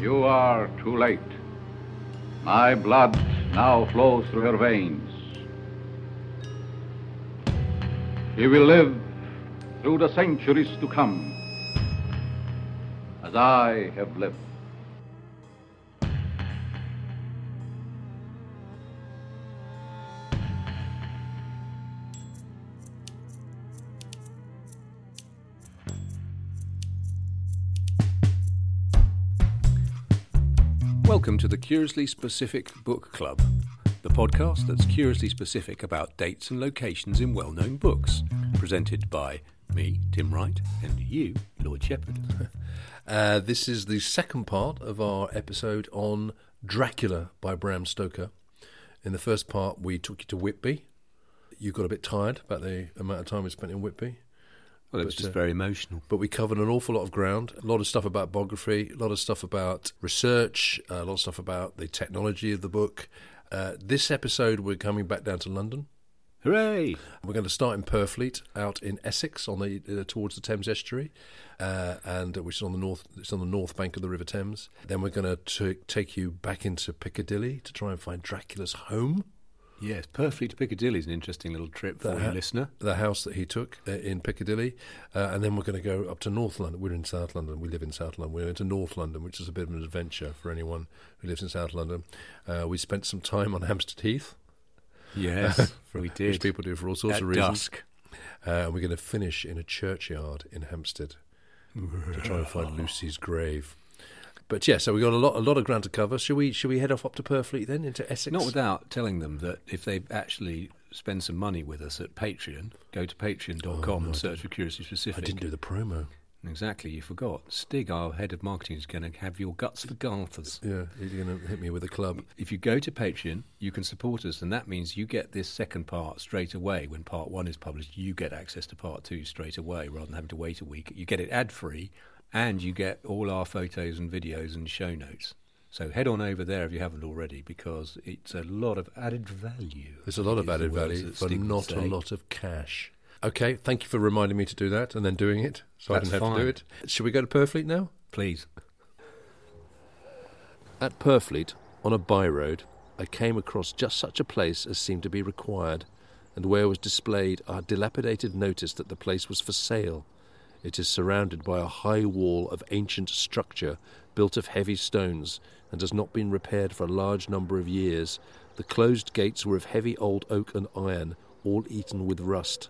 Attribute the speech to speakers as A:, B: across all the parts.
A: You are too late. My blood now flows through her veins. He will live through the centuries to come, as I have lived.
B: Welcome to the Curiously Specific Book Club, the podcast that's curiously specific about dates and locations in well known books, presented by me, Tim Wright, and you, Lord Shepherd.
C: Uh, this is the second part of our episode on Dracula by Bram Stoker. In the first part, we took you to Whitby. You got a bit tired about the amount of time we spent in Whitby,
B: Well, it was
C: But,
B: just
C: uh,
B: very emotional.
C: but we covered an awful lot of ground. A lot of stuff about biography, a lot of stuff about research, uh, a lot of stuff about the technology of the book. Uh, this episode, we're coming back down to London.
B: Hooray!
C: We're going to start in Purfleet, out in Essex, on the uh, towards the Thames estuary, uh, and which is on the north. It's on the north bank of the River Thames. Then we're going to take you back into Piccadilly to try and find Dracula's home,
B: Yes, perfectly to Piccadilly is an interesting little trip for you,
C: ha-
B: listener.
C: the house that he took uh, in Piccadilly, uh, and then we're going to go up to North London. We're in South London. We live in South London. We're into North London, which is a bit of an adventure for anyone who lives in South London. Uh, we spent some time on Hampstead Heath,
B: Yes, we
C: which
B: did.
C: people do for all sorts
B: At
C: of reasons.
B: dusk.
C: Uh, and we're going to finish in a churchyard in Hampstead to try and find Lucy's grave. But yeah, so we got a lot, a lot of ground to cover. Shall we, shall we head off up to Purfleet then into Essex?
B: Not without telling them that if they actually spend some money with us at Patreon, go to patreon.com and search for Curiously
C: Oh, I
B: Specific.
C: didn't do the promo.
B: Exactly, you forgot. Stig, our head of marketing, is going to have your guts for garters.
C: Yeah, you're going to hit me with a club.
B: If you go to Patreon, you can support us, and that means you get this second part straight away. When part one is published, you get access to part two straight away rather than having to wait a week. You get it ad free, and you get all our photos and videos and show notes. So head on over there if you haven't already, because it's a lot of added value.
C: There's a lot
B: is
C: of
B: the
C: added
B: words
C: value
B: that
C: for
B: Stig would
C: not a
B: say.
C: lot of cash. Okay, thank you for reminding me to do that and then doing it, so
B: That's
C: I didn't have to
B: fine.
C: do it. Should we go to Purfleet now?
B: Please.
C: At Purfleet, on a by road, I came across just such a place as seemed to be required, and where was displayed our dilapidated notice that the place was for sale. It is surrounded by a high wall of ancient structure built of heavy stones and has not been repaired for a large number of years. The closed gates were of heavy old oak and iron, all eaten with rust.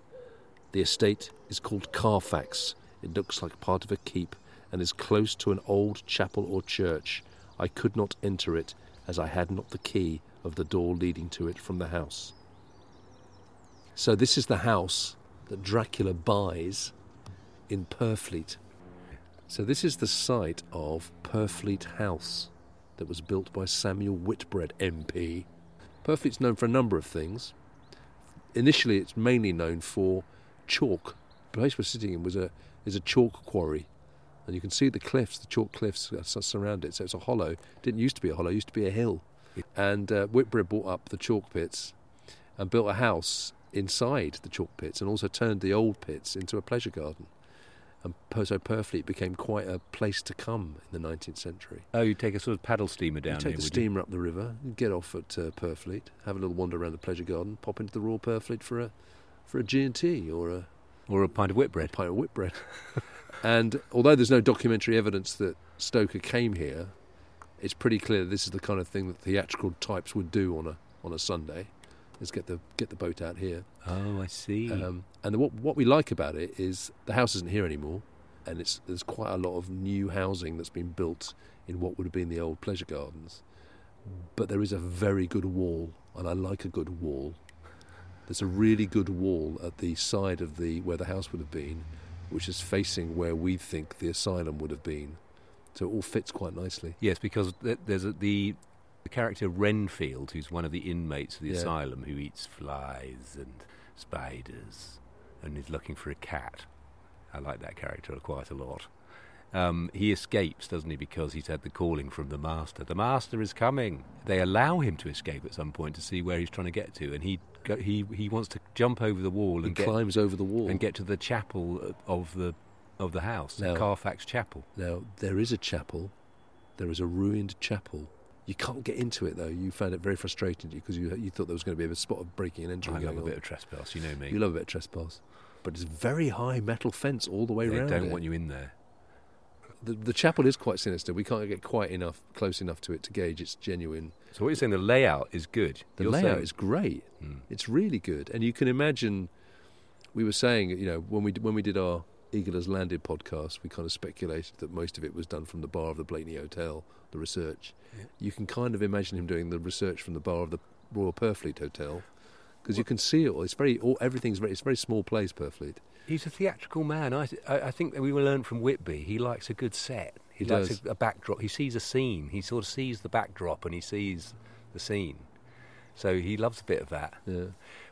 C: The estate is called Carfax. It looks like part of a keep and is close to an old chapel or church. I could not enter it as I had not the key of the door leading to it from the house. So, this is the house that Dracula buys in Purfleet. So, this is the site of Purfleet House that was built by Samuel Whitbread, MP. Purfleet's known for a number of things initially it's mainly known for chalk. The place we're sitting in was a is a chalk quarry, and you can see the cliffs, the chalk cliffs that sur- surround it. So it's a hollow. didn't used to be a hollow; it used to be a hill. And uh, Whitbread bought up the chalk pits, and built a house inside the chalk pits and also turned the old pits into a pleasure garden. And per- so perfectly, it became quite a place to come in the 19th century.
D: Oh, you take a sort of paddle steamer
C: you
D: down here,
C: take the
D: would
C: steamer up the river, you get off at uh, Purfleet, have a little wander around the pleasure garden, pop into the Royal Purfleet for a for a G&T or a
D: you? Or a pint of whitbread.
C: pint of whitbread. and although there's no documentary evidence that Stoker came here, it's pretty clear this is the kind of thing that theatrical types would do on a on a Sunday. Is get the get the boat out here.
D: Oh, I see.
C: Um, and the, what what we like about it is the house isn't here anymore, and it's there's quite a lot of new housing that's been built in what would have been the old pleasure gardens. But there is a very good wall, and I like a good wall. There's a really good wall at the side of the where the house would have been, which is facing where we think the asylum would have been. So it all fits quite nicely.
D: Yes, because th- there's a, the, the character Renfield, who's one of the inmates of the
C: Yeah.
D: asylum, who eats flies and spiders and is looking for a cat. I like that character quite a lot. Um, he escapes, doesn't he, because he's had the calling from the master. The master is coming. They allow him to escape at some point to see where he's trying to get to, and he go, he he wants to jump over the wall
C: He
D: and get
C: climbs over the wall.
D: and get to the chapel uh, of the of the house, the
C: No.
D: Carfax Chapel.
C: Now, there is a chapel. There is a ruined chapel. You can't get into it, though. You found it very frustrating because you, you thought there was going to be a spot of breaking and entering
D: I love
C: going
D: a
C: on.
D: bit of trespass, you know me.
C: you love a bit of trespass. But it's very high metal fence all the way
D: they
C: round.
D: don't
C: it.
D: want you in there.
C: The, the chapel is quite sinister. We can't get quite enough, close enough to it to gauge its genuine.
D: So what you're saying, the layout is good.
C: The
D: You're
C: layout
D: saying-
C: is great.
D: Hmm.
C: It's really good, and you can imagine. We were saying, you know, when we d- when we did our Eagle Has Landed podcast, we kind of speculated that most of it was done from the bar of the Blakeney Hotel, the research. You can kind of imagine him doing the research from the bar of the Royal Purfleet Hotel, because you can see it all. It's very, all, everything's very, it's a very small place, Purfleet.
D: He's a theatrical man. I, I, I think that we will learn from Whitby. He likes a good set. He,
C: He
D: likes
C: does.
D: A, a backdrop. He sees a scene. He sort of sees the backdrop and he sees the scene. So he loves a bit of that,
C: Yeah.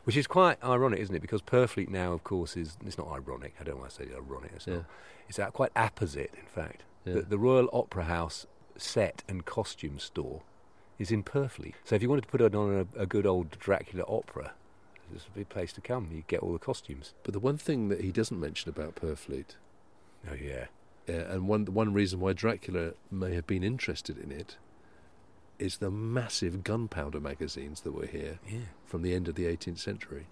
D: which is quite ironic, isn't it? Because Purfleet now, of course, is it's not ironic. I don't want to say ironic. It's,
C: Yeah.
D: not. it's a- quite opposite, in fact.
C: Yeah.
D: The, the Royal Opera House set and costume store is in Purfleet. So if you wanted to put on a, a good old Dracula opera, it's a big place to come. You get all the costumes.
C: But the one thing that he doesn't mention about Purfleet
D: Oh yeah.
C: Yeah, Uh, and one the one reason why Dracula may have been interested in it is the massive gunpowder magazines that were here
D: Yeah.
C: from the end of the 18th century,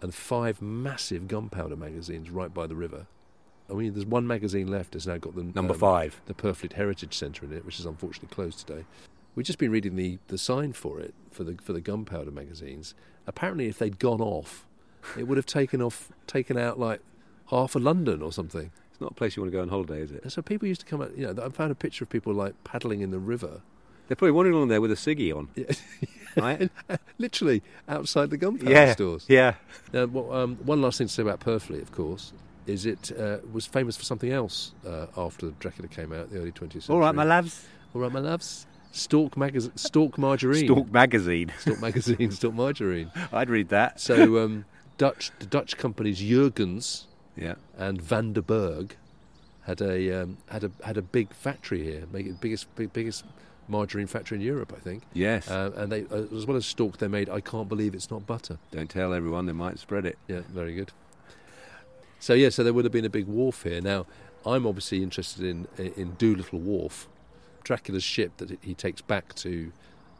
C: and five massive gunpowder magazines right by the river. I mean, there's one magazine left. It's now got the
D: Number
C: um,
D: five.
C: the Purfleet Heritage Centre in it, which is unfortunately closed today. We've just been reading the, the sign for it for the for the gunpowder magazines. Apparently, if they'd gone off, it would have taken off taken out like half of London or something.
D: It's not a place you want to go on holiday, is it?
C: And so people used to come out, you know, I found a picture of people like paddling in the river,
D: They're probably wandering along there with a ciggy on,
C: Yeah.
D: right?
C: literally outside the gunpowder stores.
D: yeah.
C: Now, what, um, one last thing to say about Purfleet, of course, is it uh, was famous for something else uh, after Dracula came out in the early 20th century.
D: All right, my loves.
C: All right, my loves. Stalk, magaz- Stalk Margarine.
D: Stalk magazine.
C: Stalk Magazine, Stalk Margarine.
D: I'd read that.
C: So um, Dutch, the Dutch companies Jurgens
D: Yeah.
C: and Van der Berg had a, um, had a, had a big factory here, make it the biggest, big, biggest margarine factory in Europe, I think.
D: Yes.
C: Uh, and they, uh, as well as stalk, they made "I can't believe it's not butter."
D: Don't tell everyone; they might spread it.
C: Yeah, very good. So yeah, so there would have been a big wharf here. Now, I'm obviously interested in in Doolittle Wharf, Dracula's ship that he takes back to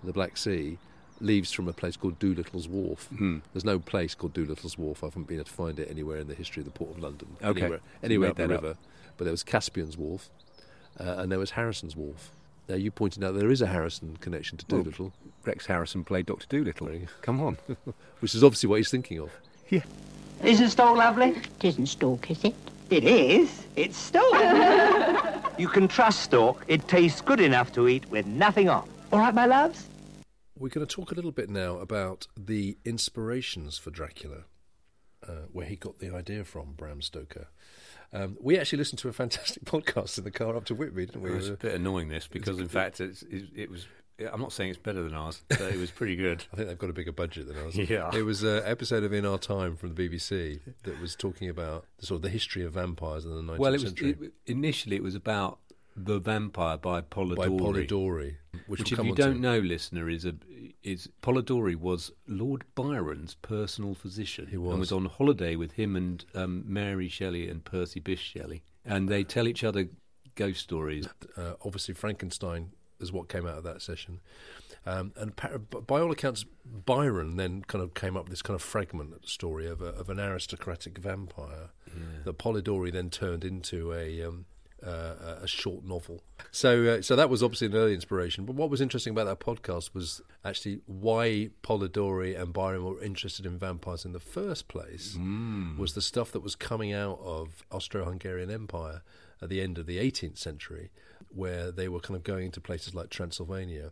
C: the Black Sea, leaves from a place called Doolittle's Wharf.
D: Hmm.
C: There's no place called Doolittle's Wharf. I haven't been able to find it anywhere in the history of the Port of London.
D: Okay.
C: Anywhere,
D: You
C: anywhere
D: made
C: up the
D: that up.
C: river. But there was Caspian's Wharf uh, and there was Harrison's Wharf. Now, you pointed out there is a Harrison connection to
D: Well,
C: Doolittle,
D: Rex Harrison played Doctor Doolittle.
C: Very-
D: Come on.
C: which is obviously what he's thinking of.
E: Isn't Stoke lovely?
F: Tisn't stalk, is it?
E: It is. It's Stoke.
G: You can trust Stork. It tastes good enough to eat with nothing on.
E: All right, my loves?
C: We're going to talk a little bit now about the inspirations for Dracula, uh, where he got the idea from, Bram Stoker. Um, we actually listened to a fantastic podcast in the car up to Whitby, didn't we?
B: Well, it's a
C: Uh,
B: bit annoying this because, in fact, it's, it, it was. I'm not saying it's better than ours, but it was pretty good.
C: I think they've got a bigger budget than ours.
B: Yeah.
C: It was an episode of In Our Time from the BBC that was talking about the, sort of the history of vampires in the 19th
B: well, it was
C: century
B: it, initially it was about the vampire by Polidori,
C: by Polidori,
B: which,
C: which, will
B: if
C: come
B: you
C: on to.
B: don't know, listener, is a is Polidori was Lord Byron's personal physician.
C: He was.
B: And was on holiday with him and um, Mary Shelley and Percy Bysshe Shelley. And they tell each other ghost stories.
C: Uh, obviously, Frankenstein is what came out of that session. Um, and pa- by all accounts, Byron then kind of came up with this kind of fragment story of, a, of an aristocratic vampire that Polidori then turned into a um, uh, a- a short novel. So, uh, so that was obviously an early inspiration. But what was interesting about that podcast was actually why Polidori and Byron were interested in vampires in the first place was the stuff that was coming out of Austro-Hungarian Empire at the end of the 18th century, where they were kind of going into places like Transylvania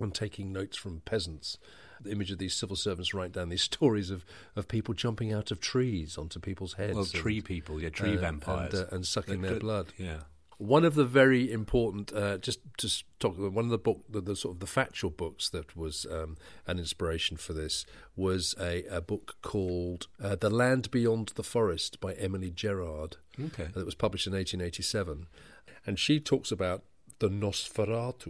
C: and taking notes from peasants. The image of these civil servants write down these stories of, of people jumping out of trees onto people's heads.
D: Well,
C: and-
D: tree people, yeah, tree
C: and-
D: vampires.
C: And, uh, and sucking
D: They
C: their
D: could-
C: blood.
D: Yeah.
C: One of the very important, uh, just just talk one of the book, the, the sort of the factual books that was um, an inspiration for this was a, a book called uh, "The Land Beyond the Forest" by Emily Gerard.
D: Okay.
C: that was published in 1887, and she talks about the Nosferatu.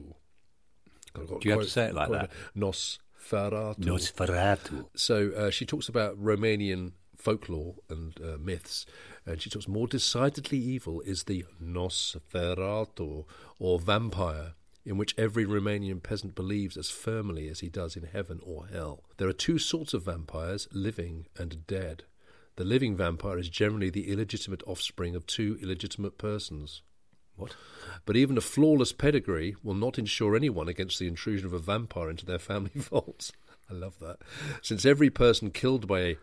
C: Do
D: you have to say it like that?
C: Nosferatu.
D: Nosferatu.
C: So uh, she talks about Romanian folklore and uh, myths, and she talks more decidedly evil is the Nosferatu or vampire. In which every Romanian peasant believes as firmly as he does in heaven or hell. There are two sorts of vampires living and dead. The living vampire is generally the illegitimate offspring of two illegitimate persons.
D: What?
C: But even a flawless pedigree will not insure anyone against the intrusion of a vampire into their family vaults. I love that. Since every person killed by a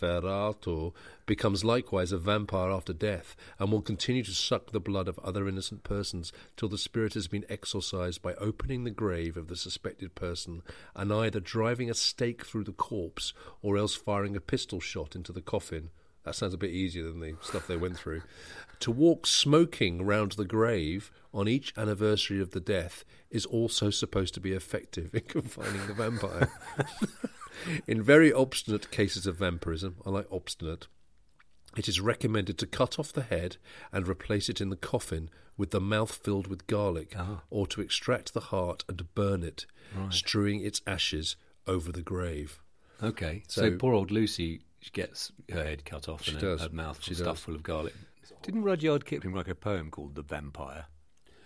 C: Nosferatu becomes likewise a vampire after death and will continue to suck the blood of other innocent persons till the spirit has been exorcised by opening the grave of the suspected person and either driving a stake through the corpse or else firing a pistol shot into the coffin. That sounds a bit easier than the stuff they went through. to walk smoking round the grave on each anniversary of the death is also supposed to be effective in confining the vampire. in very obstinate cases of vampirism, I like obstinate, it is recommended to cut off the head and replace it in the coffin with the mouth filled with garlic,
B: Ah.
C: or to extract the heart and burn it, strewing its ashes over the grave.
B: Okay. So,
C: So-
B: poor old Lucy gets her head cut off
C: She
B: and
C: does.
B: her mouth
C: She
B: stuffed
C: does.
B: full of garlic. Didn't Rudyard Kipling write a poem called The Vampire?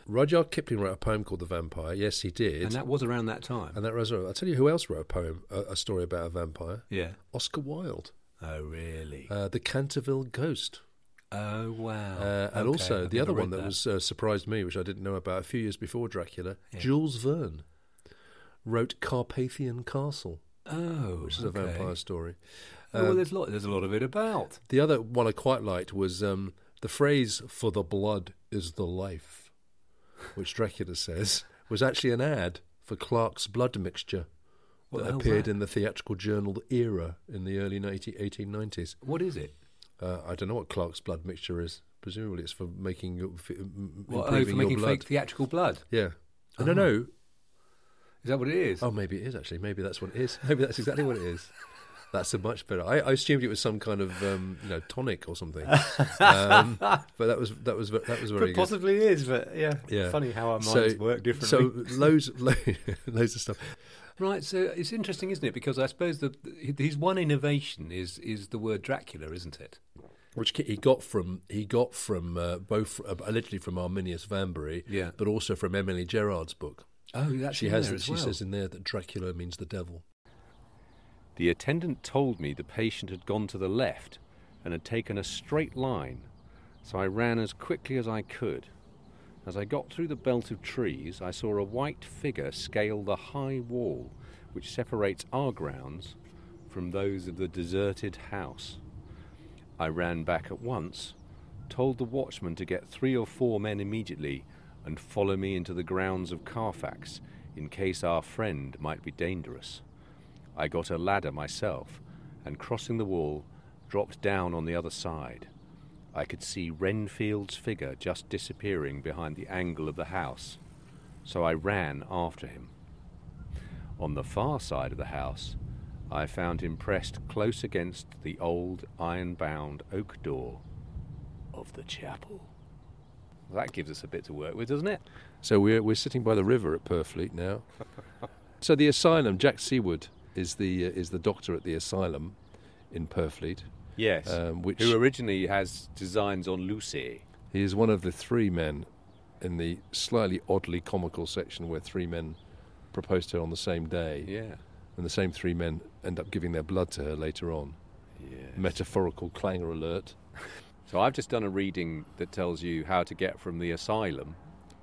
C: Rudyard Kipling wrote a poem called The Vampire. Yes, he did.
B: and that was around that time.
C: And that resonated. I'll tell you who else wrote a poem, a, a story about a vampire.
B: yeah.
C: Oscar Wilde,
B: Oh, really?
C: uh, The Canterville Ghost.
B: oh, wow.
C: Uh, and
B: Okay, I
C: also
B: think
C: the
B: I
C: other
B: read
C: one that, was uh, surprised me, which I didn't know about a few years before Dracula, Jules Verne wrote Carpathian Castle,
B: Oh,
C: which is a
B: okay.
C: vampire story. Um,
B: Oh, well, there's a lot. There's a lot of it about.
C: The other one I quite liked was um, the phrase "for the blood is the life," which Dracula says was actually an ad for Clark's blood mixture
B: What the
C: that
B: hell's
C: appeared
B: that?
C: in the theatrical journal Era in the early 19, 1890s.
B: What is it?
C: Uh, I don't know what Clark's blood mixture is. Presumably, it's for making your, for im-
B: What, oh,
C: improving
B: for
C: your
B: making
C: blood.
B: fake theatrical blood.
C: yeah.
F: Oh.
C: I don't know.
B: Is that what it is?
C: Oh, maybe it is actually. Maybe that's what it is. Maybe that's exactly what it is. That's a much better. I, I assumed it was some kind of um, you know tonic or something, um, but that was that was that was very
F: But
C: good.
F: possibly is, but yeah,
C: Yeah.
F: funny how our minds
C: So-
F: work differently.
C: So loads, lo- loads of stuff.
B: Right. So it's interesting, isn't it? Because I suppose the his one innovation is is the word Dracula, isn't it?
C: which ki- he got from he got from uh, both uh, literally from Arminius Vanbury,
B: Yeah.
C: but also from Emily Gerard's book.
B: Oh, that's
C: she
B: in
C: has
B: there
C: it-
B: as
C: she
B: well.
C: says in there that Dracula means the devil.
D: The attendant told me the patient had gone to the left and had taken a straight line, so I ran as quickly as I could. As I got through the belt of trees, I saw a white figure scale the high wall which separates our grounds from those of the deserted house. I ran back at once, told the watchman to get three or four men immediately and follow me into the grounds of Carfax in case our friend might be dangerous. I got a ladder myself and, crossing the wall, dropped down on the other side. I could see Renfield's figure just disappearing behind the angle of the house, so I ran after him. On the far side of the house, I found him pressed close against the old iron bound oak door of the chapel. That gives us a bit to work with, doesn't it?
C: So we're we're sitting by the river at Purfleet now, So the asylum, Jack Seaward is the uh, is the doctor at the asylum in Purfleet.
D: Yes.
C: Um, which-
D: Who originally has designs on Lucy.
C: He is one of the three men in the slightly oddly comical section where three men propose to her on the same day,
D: Yeah.
C: and the same three men end up giving their blood to her later on.
D: Yeah.
C: Metaphorical clangor alert.
D: So I've just done a reading that tells you how to get from the asylum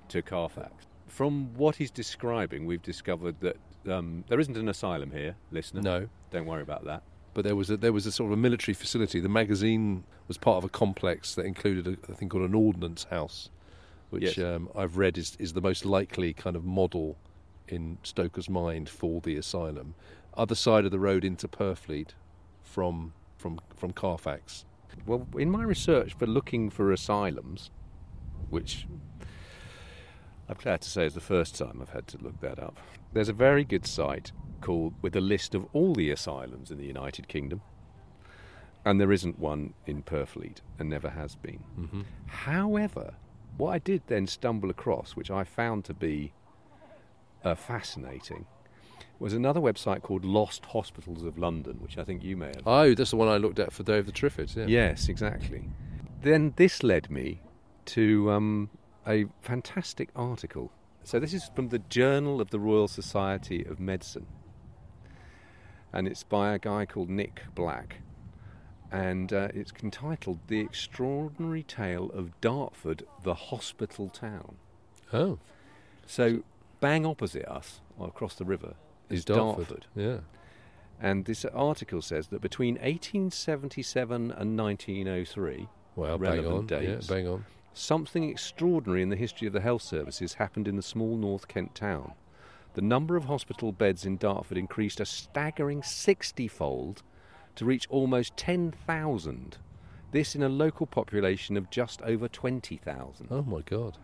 D: to Carfax. From what he's describing, we've discovered that um, there isn't an asylum here, listener.
C: No.
D: Don't worry about that.
C: But there was a, there was a sort of a military facility. The magazine was part of a complex that included a, a thing called an ordnance house, which
D: Yes.
C: um, I've read is is the most likely kind of model in Stoker's mind for the asylum. Other side of the road into Purfleet from from from Carfax.
D: Well, in my research for looking for asylums, which I'm glad to say is the first time I've had to look that up, there's a very good site called with a list of all the asylums in the United Kingdom, and there isn't one in Purfleet, and never has been.
C: Mm-hmm.
D: However, what I did then stumble across, which I found to be uh, fascinating, was another website called Lost Hospitals of London, which I think you may have
C: Oh, that's the one I looked at for Day of the Triffids. Yeah.
D: Yes, exactly. Then this led me to um, a fantastic article. So this is from the Journal of the Royal Society of Medicine, and it's by a guy called Nick Black, and uh, it's entitled "The Extraordinary Tale of Dartford, the Hospital Town."
C: Oh,
D: So, bang opposite us, or across the river, is
C: it's Dartford.
D: Dartford.
C: Yeah.
D: And this article says that between 1877 and 1903,
C: Well, bang
D: relevant
C: on.
D: dates,
C: Yeah, bang on.
D: something extraordinary in the history of the health services happened in the small North Kent town. The number of hospital beds in Dartford increased a staggering 60 fold to reach almost 10,000. This in a local population of just over 20,000.
C: Oh my God.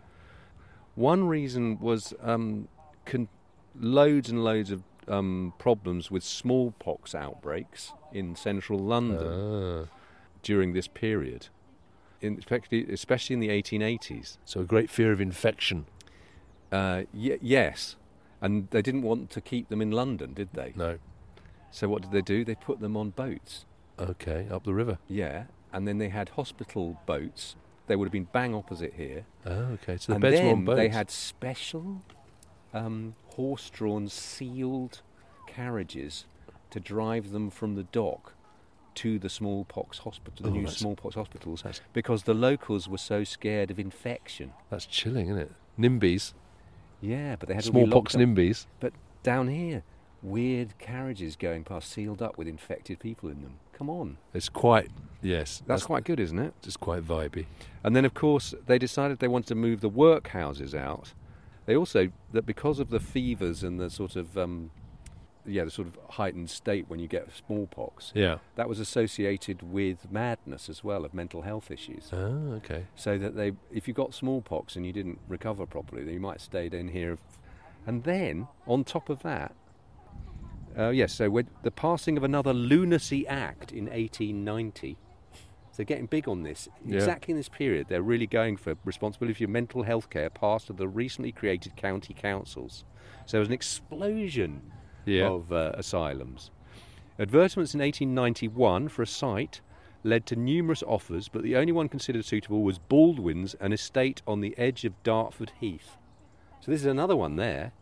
D: One reason was um, con- loads and loads of um, problems with smallpox outbreaks in central London
C: Ah.
D: during this period, in, especially, especially in the 1880s.
C: So a great fear of infection.
D: Uh, y- yes, and they didn't want to keep them in London, did they?
C: No.
D: So what did they do? They put them on boats.
C: Okay, up the river.
D: Yeah, and then they had hospital boats. They would have been bang opposite here.
C: Oh, okay. So the
D: and
C: beds
D: then
C: were on boats.
D: They had special um, horse-drawn, sealed carriages to drive them from the dock to the smallpox hospital, the
C: Oh,
D: new
C: that's-
D: smallpox hospitals,
C: that's-
D: because the locals were so scared of infection.
C: That's chilling, isn't it? NIMBYs.
D: Yeah, but they had all been
C: Smallpox
D: locked up.
C: NIMBYs.
D: But down here, weird carriages going past, sealed up with infected people in them. Come on,
C: It's quite, yes.
D: that's quite good, isn't it?
C: It's quite vibey.
D: And then, of course, they decided they wanted to move the workhouses out. They also that because of the fevers and the sort of um, yeah, the sort of heightened state when you get smallpox,
C: Yeah.
D: that was associated with madness as well, of mental health issues.
C: Oh, okay.
D: So that they, if you got smallpox and you didn't recover properly, then you might have stayed in here. And then on top of that, uh, yes, so with the passing of another lunacy act in 1890. So getting big on this.
C: Yeah.
D: Exactly in this period, they're really going for responsibility for your mental health care passed to the recently created county councils. So there was an explosion
C: Yeah.
D: of uh, asylums. Advertisements in 1891 for a site led to numerous offers, but the only one considered suitable was Baldwin's, an estate on the edge of Dartford Heath. So this is another one there.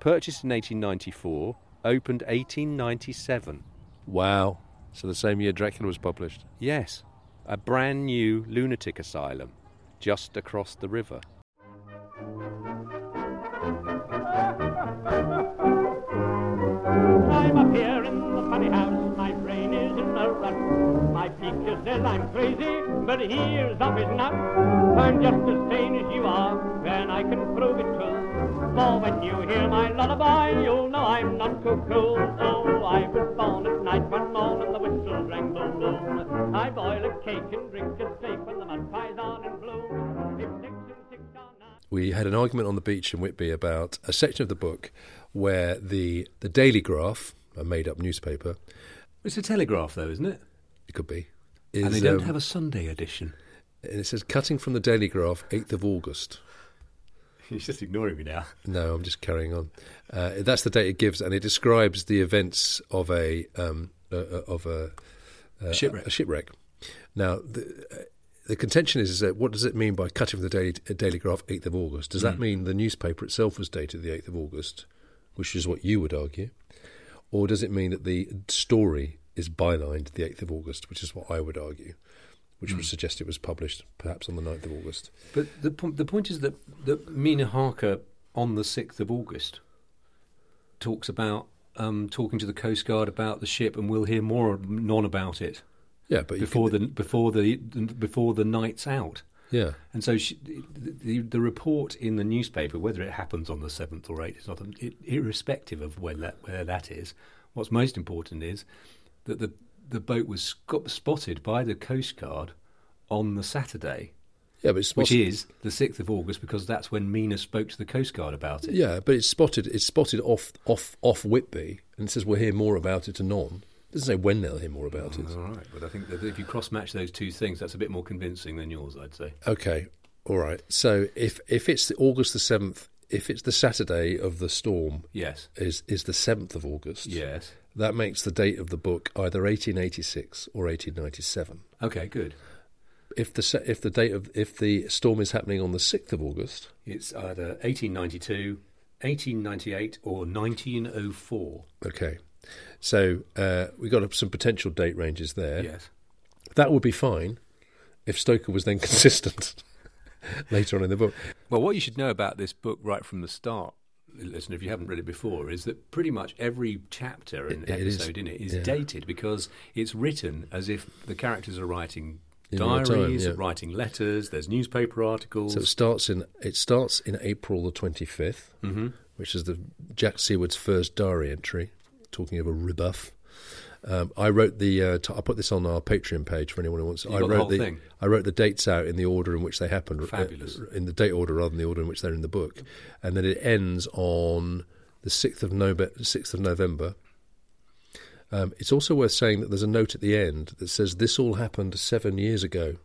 D: Purchased in 1894, opened 1897.
C: Wow. So the same year Dracula was published.
D: Yes, a brand new lunatic asylum just across the river.
F: I'm up here in the funny house, my brain is in a rut. My picture says I'm crazy, but here's of it now. I'm just as sane as you are, and I can prove it too. For when you hear my lullaby, you'll know I'm not cuckoo. Oh, I was born at night one morn and the whistle rang boom boom. I boil a cake and drink a steak when the mud pie's on in bloom. If six and six are nine.
C: We had an argument on the beach in Whitby about a section of the book where the, the Daily Graph, a made up newspaper,
B: It's a telegraph, though, isn't it?
C: it could be,
B: And
C: is,
B: they don't
C: um,
B: have a Sunday edition.
C: and it says cutting from the Daily Graph, 8th of August.
H: He's just ignoring me now.
C: No, I'm just carrying on. Uh, that's the date it gives, and it describes the events of a um, uh, of a uh,
H: Shipwreck.
C: A shipwreck. Now, the, uh, the contention is, is that what does it mean by cutting from the Daily, uh, Daily Graph, 8th of August? Does
D: Mm.
C: that mean the newspaper itself was dated the 8th of August, which is what you would argue, or does it mean that the story is bylined the 8th of August, which is what I would argue, which
D: Mm.
C: would suggest it was published perhaps on the 9th of August?
D: But the po- the point is that that Mina Harker on the sixth of August talks about um, talking to the Coast Guard about the ship, and we'll hear more non about it
C: Yeah, but you
D: before the before the before the night's out.
C: could- yeah.
D: And so she, the, the the report in the newspaper, whether it happens on the seventh or eighth, it's not it, irrespective of when that where that is. What's most important is that the the boat was sco- spotted by the Coast Guard on the Saturday,
C: Yeah, but it's
D: which
C: spotted-
D: is the sixth of August, because that's when Mina spoke to the Coast Guard about it.
C: Yeah, but it's spotted. It's spotted off off off Whitby, and it says we'll hear more about it anon. It doesn't say when they'll hear more about it.
D: All right, but I think that if you cross match those two things, that's a bit more convincing than yours, I'd say.
C: Okay, all right. So if if it's the August the seventh, if it's the Saturday of the storm,
D: Yes,
C: is is the seventh of August.
D: yes.
C: that makes the date of the book either eighteen eighty six or eighteen ninety seven.
D: Okay, good.
C: If the se- if the date of if the storm is happening on the sixth of August,
D: It's either 1892, 1898, or 1904.
C: okay. So uh, we got some potential date ranges there.
D: Yes.
C: That would be fine if Stoker was then consistent later on in the book.
D: Well, what you should know about this book right from the start, listen, if you haven't read it before, is that pretty much every chapter and
C: It- it is.
D: episode in it is
C: Yeah.
D: dated because it's written as if the characters are writing
C: In real
D: diaries,
C: time, yeah.
D: writing letters, there's newspaper articles.
C: So it starts in it starts in April the twenty
D: Mm-hmm.
C: which is the Jack Seward's first diary entry, talking of a rebuff. Um, I wrote the. Uh, t- I put this on our Patreon page for anyone who wants.
D: You
C: I
D: got
C: wrote
D: the whole thing?
C: I wrote the dates out in the order in which they happened. uh,
D: Fabulous.
C: in the date order rather than the order in which they're in the book, and then it ends on the sixth of November. Sixth of November. Um, it's also worth saying that there's a note at the end that says this all happened seven years ago.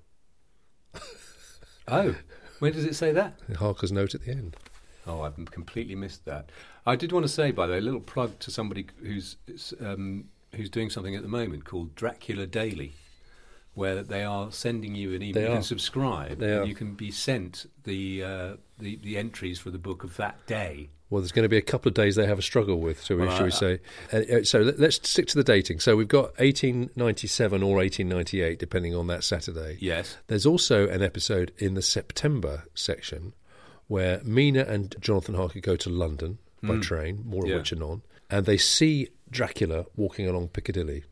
D: oh, when does it say that?
C: Harker's note at the end.
D: Oh, I've completely missed that. I did want to say, by the way, a little plug to somebody who's um, who's doing something at the moment called Dracula Daily, where they are sending you an email.
C: They
D: you
C: are.
D: can subscribe,
C: They
D: and
C: are.
D: you can be sent the, uh, the the entries for the book of that day.
C: Well, there's going to be a couple of days they have a struggle with, so we,
D: Well,
C: should we
D: I-
C: say? Uh, uh, so let, us stick to the dating. So we've got 1897 or 1898, depending on that Saturday.
D: Yes.
C: There's also an episode in the September section where Mina and Jonathan Harker go to London by train, more of
D: Yeah.
C: which anon, and they see Dracula walking along Piccadilly.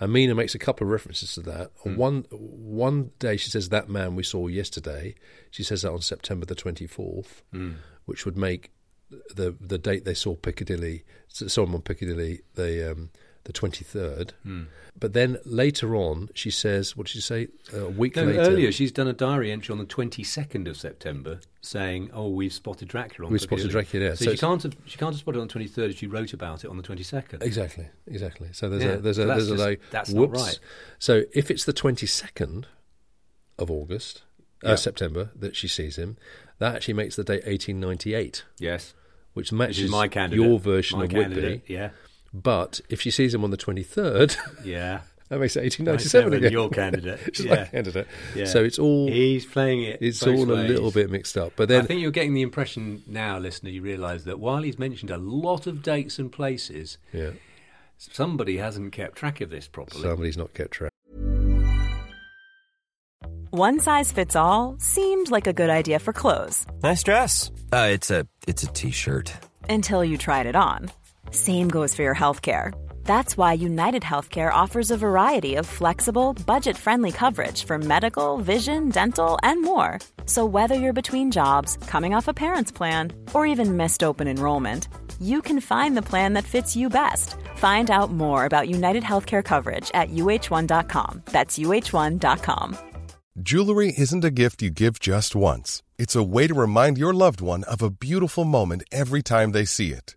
C: And Mina makes a couple of references to that. On One one day she says that man we saw yesterday. She says that on September the twenty fourth, which would make the the date they saw Piccadilly s- saw him on Piccadilly the um, the twenty third.
D: Hmm.
C: But then later on she says what did she say Uh, a week
D: No,
C: later
D: earlier she's done a diary entry on the twenty second of September saying, "Oh, we've spotted Dracula." on
C: We've spotted
D: Piccadilly."
C: Dracula, yeah.
D: So,
C: So
D: she
C: it's-
D: can't have she can't have spotted it on the twenty third. She wrote about it on the twenty second.
C: exactly exactly. So there's
D: Yeah,
C: a there's
D: so
C: a
D: that's
C: there's a
D: just-
C: like
D: that's not
C: whoops.
D: right.
C: So if it's the twenty second of August.
D: Yeah.
C: Uh, September that she sees him, that actually makes the date 1898.
D: Yes,
C: which
D: which
C: matches
D: is my candidate.
C: your version
D: my
C: of
D: candidate.
C: Whitby.
D: Yeah,
C: But if she sees him on the 23rd,
D: yeah.
C: that makes it 1897 again.
D: Your candidate.
C: Which is
D: yeah.
C: my candidate.
D: Yeah.
C: So it's all
D: He's playing it.
C: it's
D: both
C: all a
D: ways.
C: little bit mixed up. But
D: I
C: then,
D: think you're getting the impression now, listener, you realise that while he's mentioned a lot of dates and places,
C: yeah,
D: somebody hasn't kept track of this properly.
C: somebody's not kept track.
I: One size fits all seemed like a good idea for clothes
J: Nice dress. Uh, it's a it's a t-shirt.
I: until you tried it on. Same goes for your healthcare. That's why United Healthcare offers a variety of flexible, budget friendly coverage for medical, vision, dental, and more. So, whether you're between jobs, coming off a parent's plan, or even missed open enrollment, you can find the plan that fits you best. Find out more about United Healthcare coverage at uh1.com. That's uh1.com.
K: Jewelry isn't a gift you give just once. It's a way to remind your loved one of a beautiful moment every time they see it.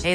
L: Hey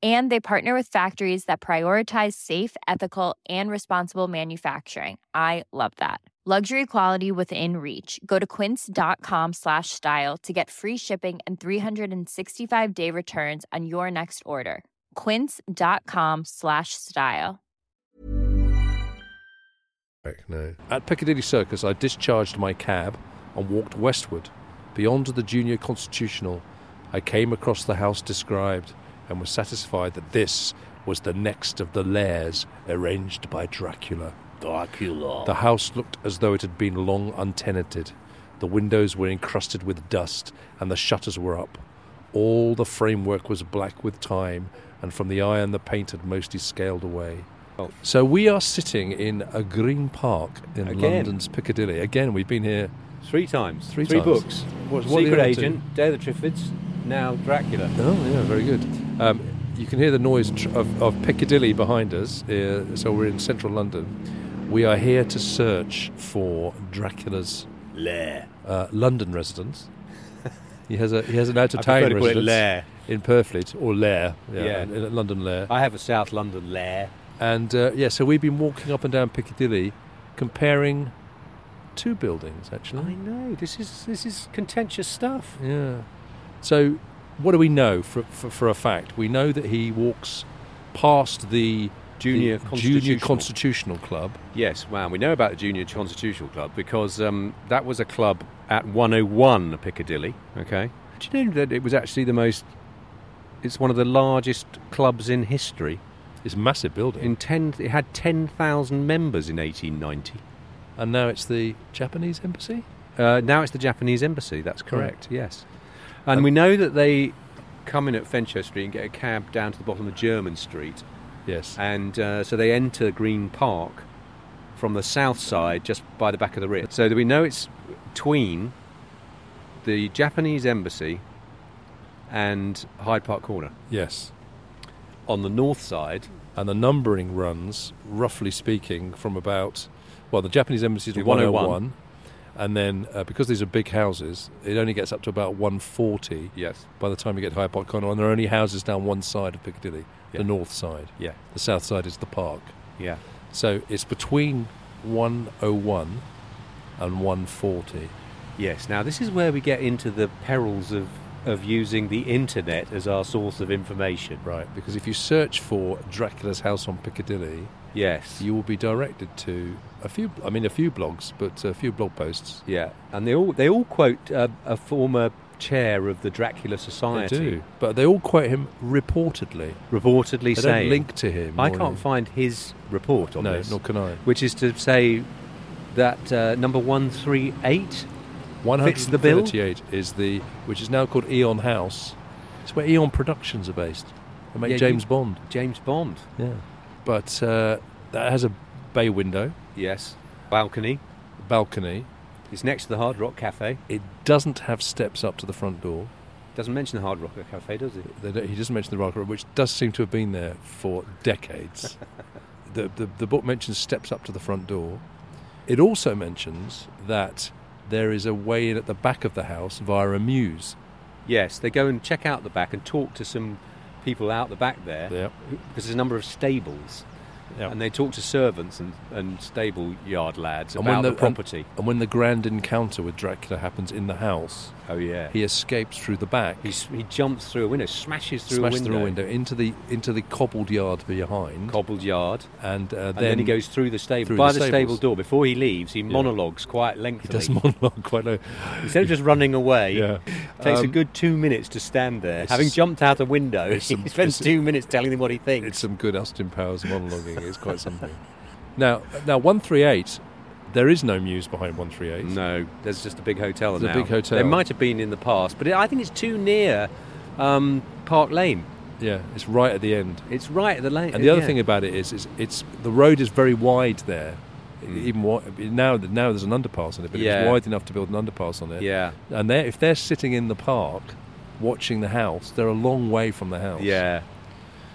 M: and they partner with factories that prioritize safe ethical and responsible manufacturing i love that luxury quality within reach go to quince.com slash style to get free shipping and 365 day returns on your next order quince.com slash style
C: No. At Piccadilly Circus, I discharged my cab and walked westward. Beyond the Junior Constitutional, I came across the house described and was satisfied that this was the next of the lairs arranged by Dracula.
N: Dracula.
C: The house looked as though it had been long untenanted. The windows were encrusted with dust and the shutters were up. All the framework was black with time, and from the iron the paint had mostly scaled away. So we are sitting in a green park in
D: Again.
C: London's Piccadilly. Again, we've been here
D: three times.
C: Three,
D: Three
C: times.
D: books.
C: What- what are you
D: Secret
C: up to?
D: Agent, Day of the Triffids, now Dracula.
C: Oh, yeah, very good. Um, you can hear the noise tr- of, of Piccadilly behind us. Uh, so we're in central London. We are here to search for Dracula's
N: Lair.
C: uh, London residence. he has a he has an out of
D: I
C: town
D: prefer to
C: residence
D: call it lair.
C: in Purfleet or Lair, yeah,
D: Yeah.
C: in- in London Lair.
D: I have a South London lair.
C: And uh, yeah, so we've been walking up and down Piccadilly, comparing two buildings actually.
D: I know this is this is contentious stuff.
C: Yeah. So, what do we know for, for, for a fact? We know that he walks past the
D: Junior
C: the junior
D: Constitutional.
C: constitutional club.
D: Yes, wow. We know about the Junior Constitutional Club because um, that was a club at 101 Piccadilly. Okay. Do you know that it was actually the most? It's one of the largest clubs in history.
C: It's a massive building.
D: In ten, it had 10,000 members in 1890.
C: And now it's the Japanese embassy.
D: Uh, now it's the Japanese embassy. That's correct. Yes. And we know that they come in at Fenchurch Street and get a cab down to the bottom of German Street.
C: Yes.
D: And uh, so they enter Green Park from the south side, just by the back of the Ritz. So that we know it's between the Japanese embassy and Hyde Park Corner.
C: Yes.
D: On the north side.
C: And the numbering runs, roughly speaking, from about well, the Japanese embassy is
D: The
C: 101,
D: 101.
C: and then uh, because these are big houses, it only gets up to about 140.
D: Yes.
C: By the time you get to Hyde Park Corner, and there are only houses down one side of Piccadilly, the north side.
D: Yeah.
C: The south side is the park.
D: Yeah.
C: So it's between 101 and 140.
D: Yes. Now this is where we get into the perils of of using the internet as our source of information.
C: Right. Because if you search for Dracula's house on Piccadilly,
D: yes,
C: you will be directed to a few. I mean, a few blogs, but a few blog posts.
D: Yeah, and they all they all quote uh, a former chair of the Dracula Society.
C: They do, but they all quote him reportedly. they
D: Reportedly saying
C: don't link to him.
D: I
C: or
D: can't find his report on
C: No,
D: this.
C: nor can I.
D: Which is to say that uh, number one three eight fits the bill.
C: 138 is the which is now called Eon House. It's where Eon Productions are based. They make
D: Yeah, you-
C: James Bond.
D: James Bond.
C: Yeah, but uh, that has a bay window,
D: Yes, balcony.
C: balcony.
D: It's next to the Hard Rock Cafe.
C: It doesn't have steps up to the front door.
D: Doesn't mention the Hard Rock Cafe, does it?
C: They don't, he doesn't mention the rocker, which does seem to have been there for decades. the, the the book mentions steps up to the front door. It also mentions that there is a way in at the back of the house via a muse.
D: Yes, they go and check out the back and talk to some people out the back there.
C: Yeah.
D: who- Because there's a number of stables,
N: Yeah.
D: And they talk to servants and, and stable yard lads
C: And when
D: about the, um,
C: the- and-
D: property.
C: And when the grand encounter with Dracula happens in the house,
D: oh yeah,
C: he escapes through the back. He,
D: he jumps through a window, smashes through a
C: smashed through a
D: window.
C: window into the into the cobbled yard behind.
D: Cobbled yard,
C: and, uh,
D: and then, he goes through the stable
C: through
D: by the, stable
C: stables.
D: door. Before he leaves, he monologues quite
C: He
D: lengthily.
C: does monologue quite low.
D: Instead of just running away,
C: Yeah.
D: takes a
C: Um,
D: good two minutes to stand there,
C: it's
D: having
C: s-
D: jumped out a window. He
C: it's some-
D: spends
C: it's-
D: two minutes telling them what he thinks.
C: It's some good Austin Powers monologuing. It's quite something. Now, now one three eight. There is no muse behind one three eight.
D: No, there's just a big hotel
C: There's a
D: now.
C: big hotel.
D: There might have been in the past, but it, I think it's too near um, Park Lane.
C: Yeah, it's right at the end.
D: It's right at the lane.
C: And the other
D: yeah.
C: thing about it is, is it's the road is very wide there. Even wi- now, now there's an underpass on it, but it
D: Mm. Yeah.
C: was wide enough to build an underpass on it.
D: Yeah.
C: And they're, if they're sitting in the park, watching the house, they're a long way from the house.
D: Yeah.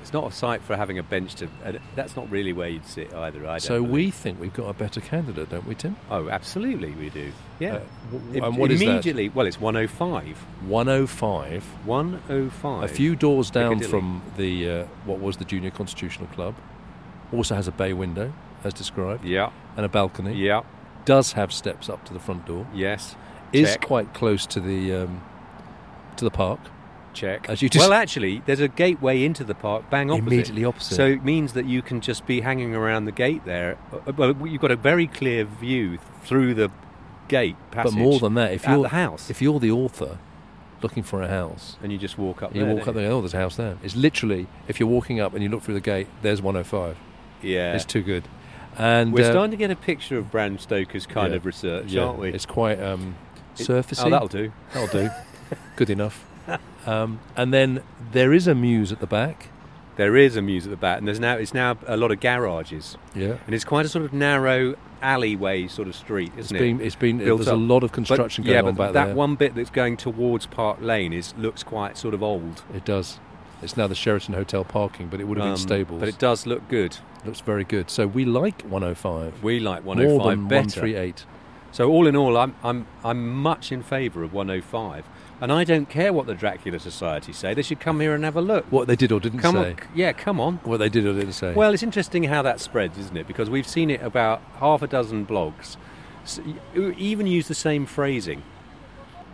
D: It's not a site for having a bench to. and that's not really where you'd sit either. I don't
C: So
D: believe.
C: we think we've got a better candidate, don't we, Tim?
D: Oh, absolutely, we do. Yeah.
C: Uh, w-
D: Im-
C: and what is that?
D: immediately, well, it's 105.
C: 105.
D: 105.
C: A few doors down
D: Piccadilly.
C: from the uh, what was the Junior Constitutional Club. Also has a bay window, as described.
D: Yeah.
C: And a balcony.
D: Yeah.
C: Does have steps up to the front door.
D: Yes.
C: Is
D: Check.
C: quite close to the um, to the park.
D: Check.
C: As you just
D: well, actually, there's a gateway into the park, bang opposite.
C: Immediately opposite.
D: So it means that you can just be hanging around the gate there. Uh, Well, you've got a very clear view through the gate passage.
C: but more than that, if
D: at
C: you're
D: the house,
C: if you're the author looking for a house,
D: and you just walk up,
C: you
D: there,
C: walk
D: don't
C: up there. Oh, there's a house there. It's literally if you're walking up and you look through the gate, there's 105.
D: Yeah.
C: it's too good. And
D: We're
C: uh,
D: starting to get a picture of Bram Stoker's kind
C: yeah,
D: of research,
C: yeah.
D: aren't we?
C: It's quite um,
D: It-
C: surfacey.
D: oh, that'll do.
C: That'll do. good enough. Um, and then there is a muse at the back.
D: There is a muse at the back, and there's now it's now a lot of garages.
C: Yeah.
D: and it's quite a sort of narrow alleyway sort of street, isn't it?
C: been- it's been-
D: Built
C: there's a
D: up.
C: lot of
D: But-
C: construction
D: yeah,
C: going on
D: but
C: back
D: that
C: there.
D: one bit that's going towards Park Lane is looks quite sort of old.
C: It does. It's now the Sheraton Hotel parking, but it would have
D: Um,
C: been stables.
D: but it does look good.
C: Looks very good. So we like 105.
D: We like
C: More
D: 105
C: than
D: better.
C: 138.
D: So all in all, I'm I'm I'm much in favour of 105, and I don't care what the Dracula Society say. They should come here and have a look.
C: What they did or didn't
D: Come on-
C: say.
D: yeah, come on.
C: What they did or didn't say.
D: Well, it's interesting how that spreads, isn't it? Because we've seen it about half a dozen blogs s- who even use the same phrasing.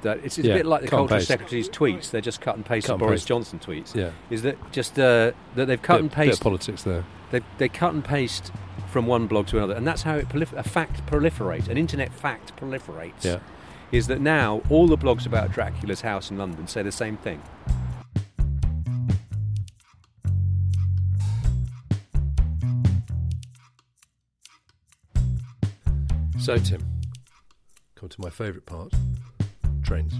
D: That it's, it's
C: Yeah,
D: a bit like the
C: cut and
D: cultural
C: paste.
D: secretary's tweets; they're just cut and paste
C: Cut
D: of
C: and
D: Boris
C: paste.
D: Johnson tweets.
C: Yeah.
D: Is that just uh, that they've cut
C: Bit-
D: and
C: bit of
D: paste
C: politics there.
D: They they cut and paste from one blog to another, and that's how it prolif- a fact proliferates. An internet fact proliferates.
C: Yeah.
D: Is that now all the blogs about Dracula's house in London say the same thing?
C: So, Tim, come to my favourite part trains.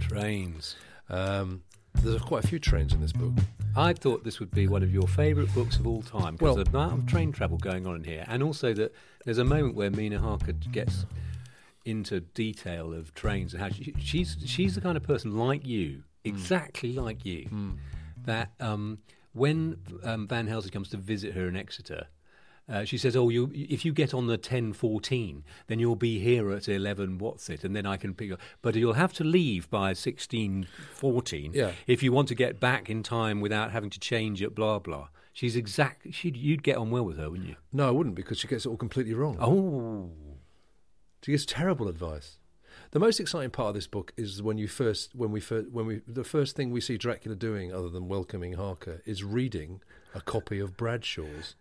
B: Trains.
C: Um, there's quite a few trains in this book.
B: I thought this would be one of your favourite books of all time because the amount of train travel going on in here, and also that there's a moment where Mina Harker gets into detail of trains and how she, she's she's the kind of person like you, exactly like you, that um, when um, Van Helsing comes to visit her in Exeter. Uh, she says, "Oh, you if you get on the ten fourteen, then you'll be here at eleven. What's it? And then I can pick you up. But you'll have to leave by sixteen fourteen
C: Yeah.
B: if you want to get back in time without having to change at blah blah. She's exact. She'd, you'd get on well with her, wouldn't you?
C: No, I wouldn't because she gets it all completely wrong.
B: Oh,
C: She gives terrible advice. The most exciting part of this book is when you first, when we first, when we, the first thing we see Dracula doing, other than welcoming Harker, is reading a copy of Bradshaw's.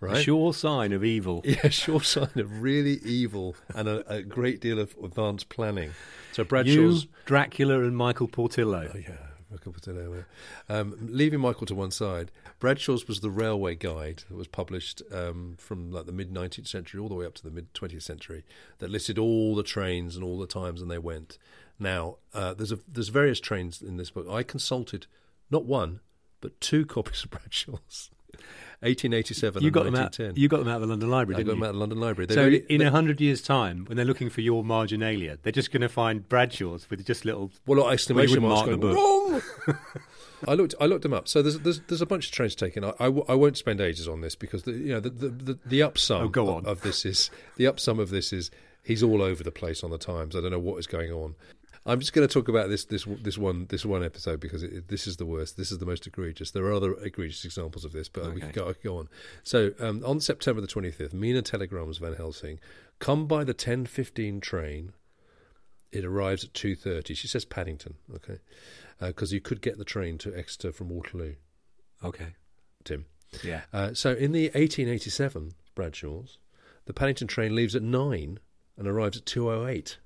C: Right,
D: A sure sign of evil.
C: yeah, sure sign of really evil and a, a great deal of advanced planning. So
B: you,
C: Bradshaw's, Oh,
B: Dracula, and Michael Portillo.
C: yeah, Michael Portillo, yeah. Um, leaving Michael to one side, Bradshaw's was the railway guide that was published um, from like the mid 19th century all the way up to the mid 20th century that listed all the trains and all the times and they went. Now, uh, there's a, there's various trains in this book. I consulted not one but two copies of Bradshaw's. 1887
B: You
C: and
B: got them out.
C: 1910.
B: You got them out of the London Library,
C: I
B: didn't
C: got them
B: you?
C: out of the London Library. They
B: so
C: really-
B: in
C: they-
B: a hundred years' time, when they're looking for your marginalia, they're just going to find Bradshaw's with just little.
C: Well, like
B: where you
C: exclamation
B: would
C: marks
B: mark the
C: going,
B: book.
C: wrong. I looked. I looked them up. So there's there's, there's a bunch of trains taken. I, I, w- I won't spend ages on this because the you know the the the, the upsum
B: Oh, go on.
C: Of, of this is the upsum of this is he's all over the place on the times. I don't know what is going on. I'm just going to talk about this this this one this one episode because it, this is the worst. This is the most egregious. There are other egregious examples of this, but we can
O: Okay.
C: go, I could go on. So um, on September the 25th, Mina telegrams Van Helsing, "Come by the 10:15 train. It arrives at 2:30." She says Paddington, okay, because uh, you could get the train to Exeter from Waterloo.
D: Okay.
C: Tim.
D: Yeah.
C: Uh, so in the 1887 Bradshaws, the Paddington train leaves at nine and arrives at 2:08.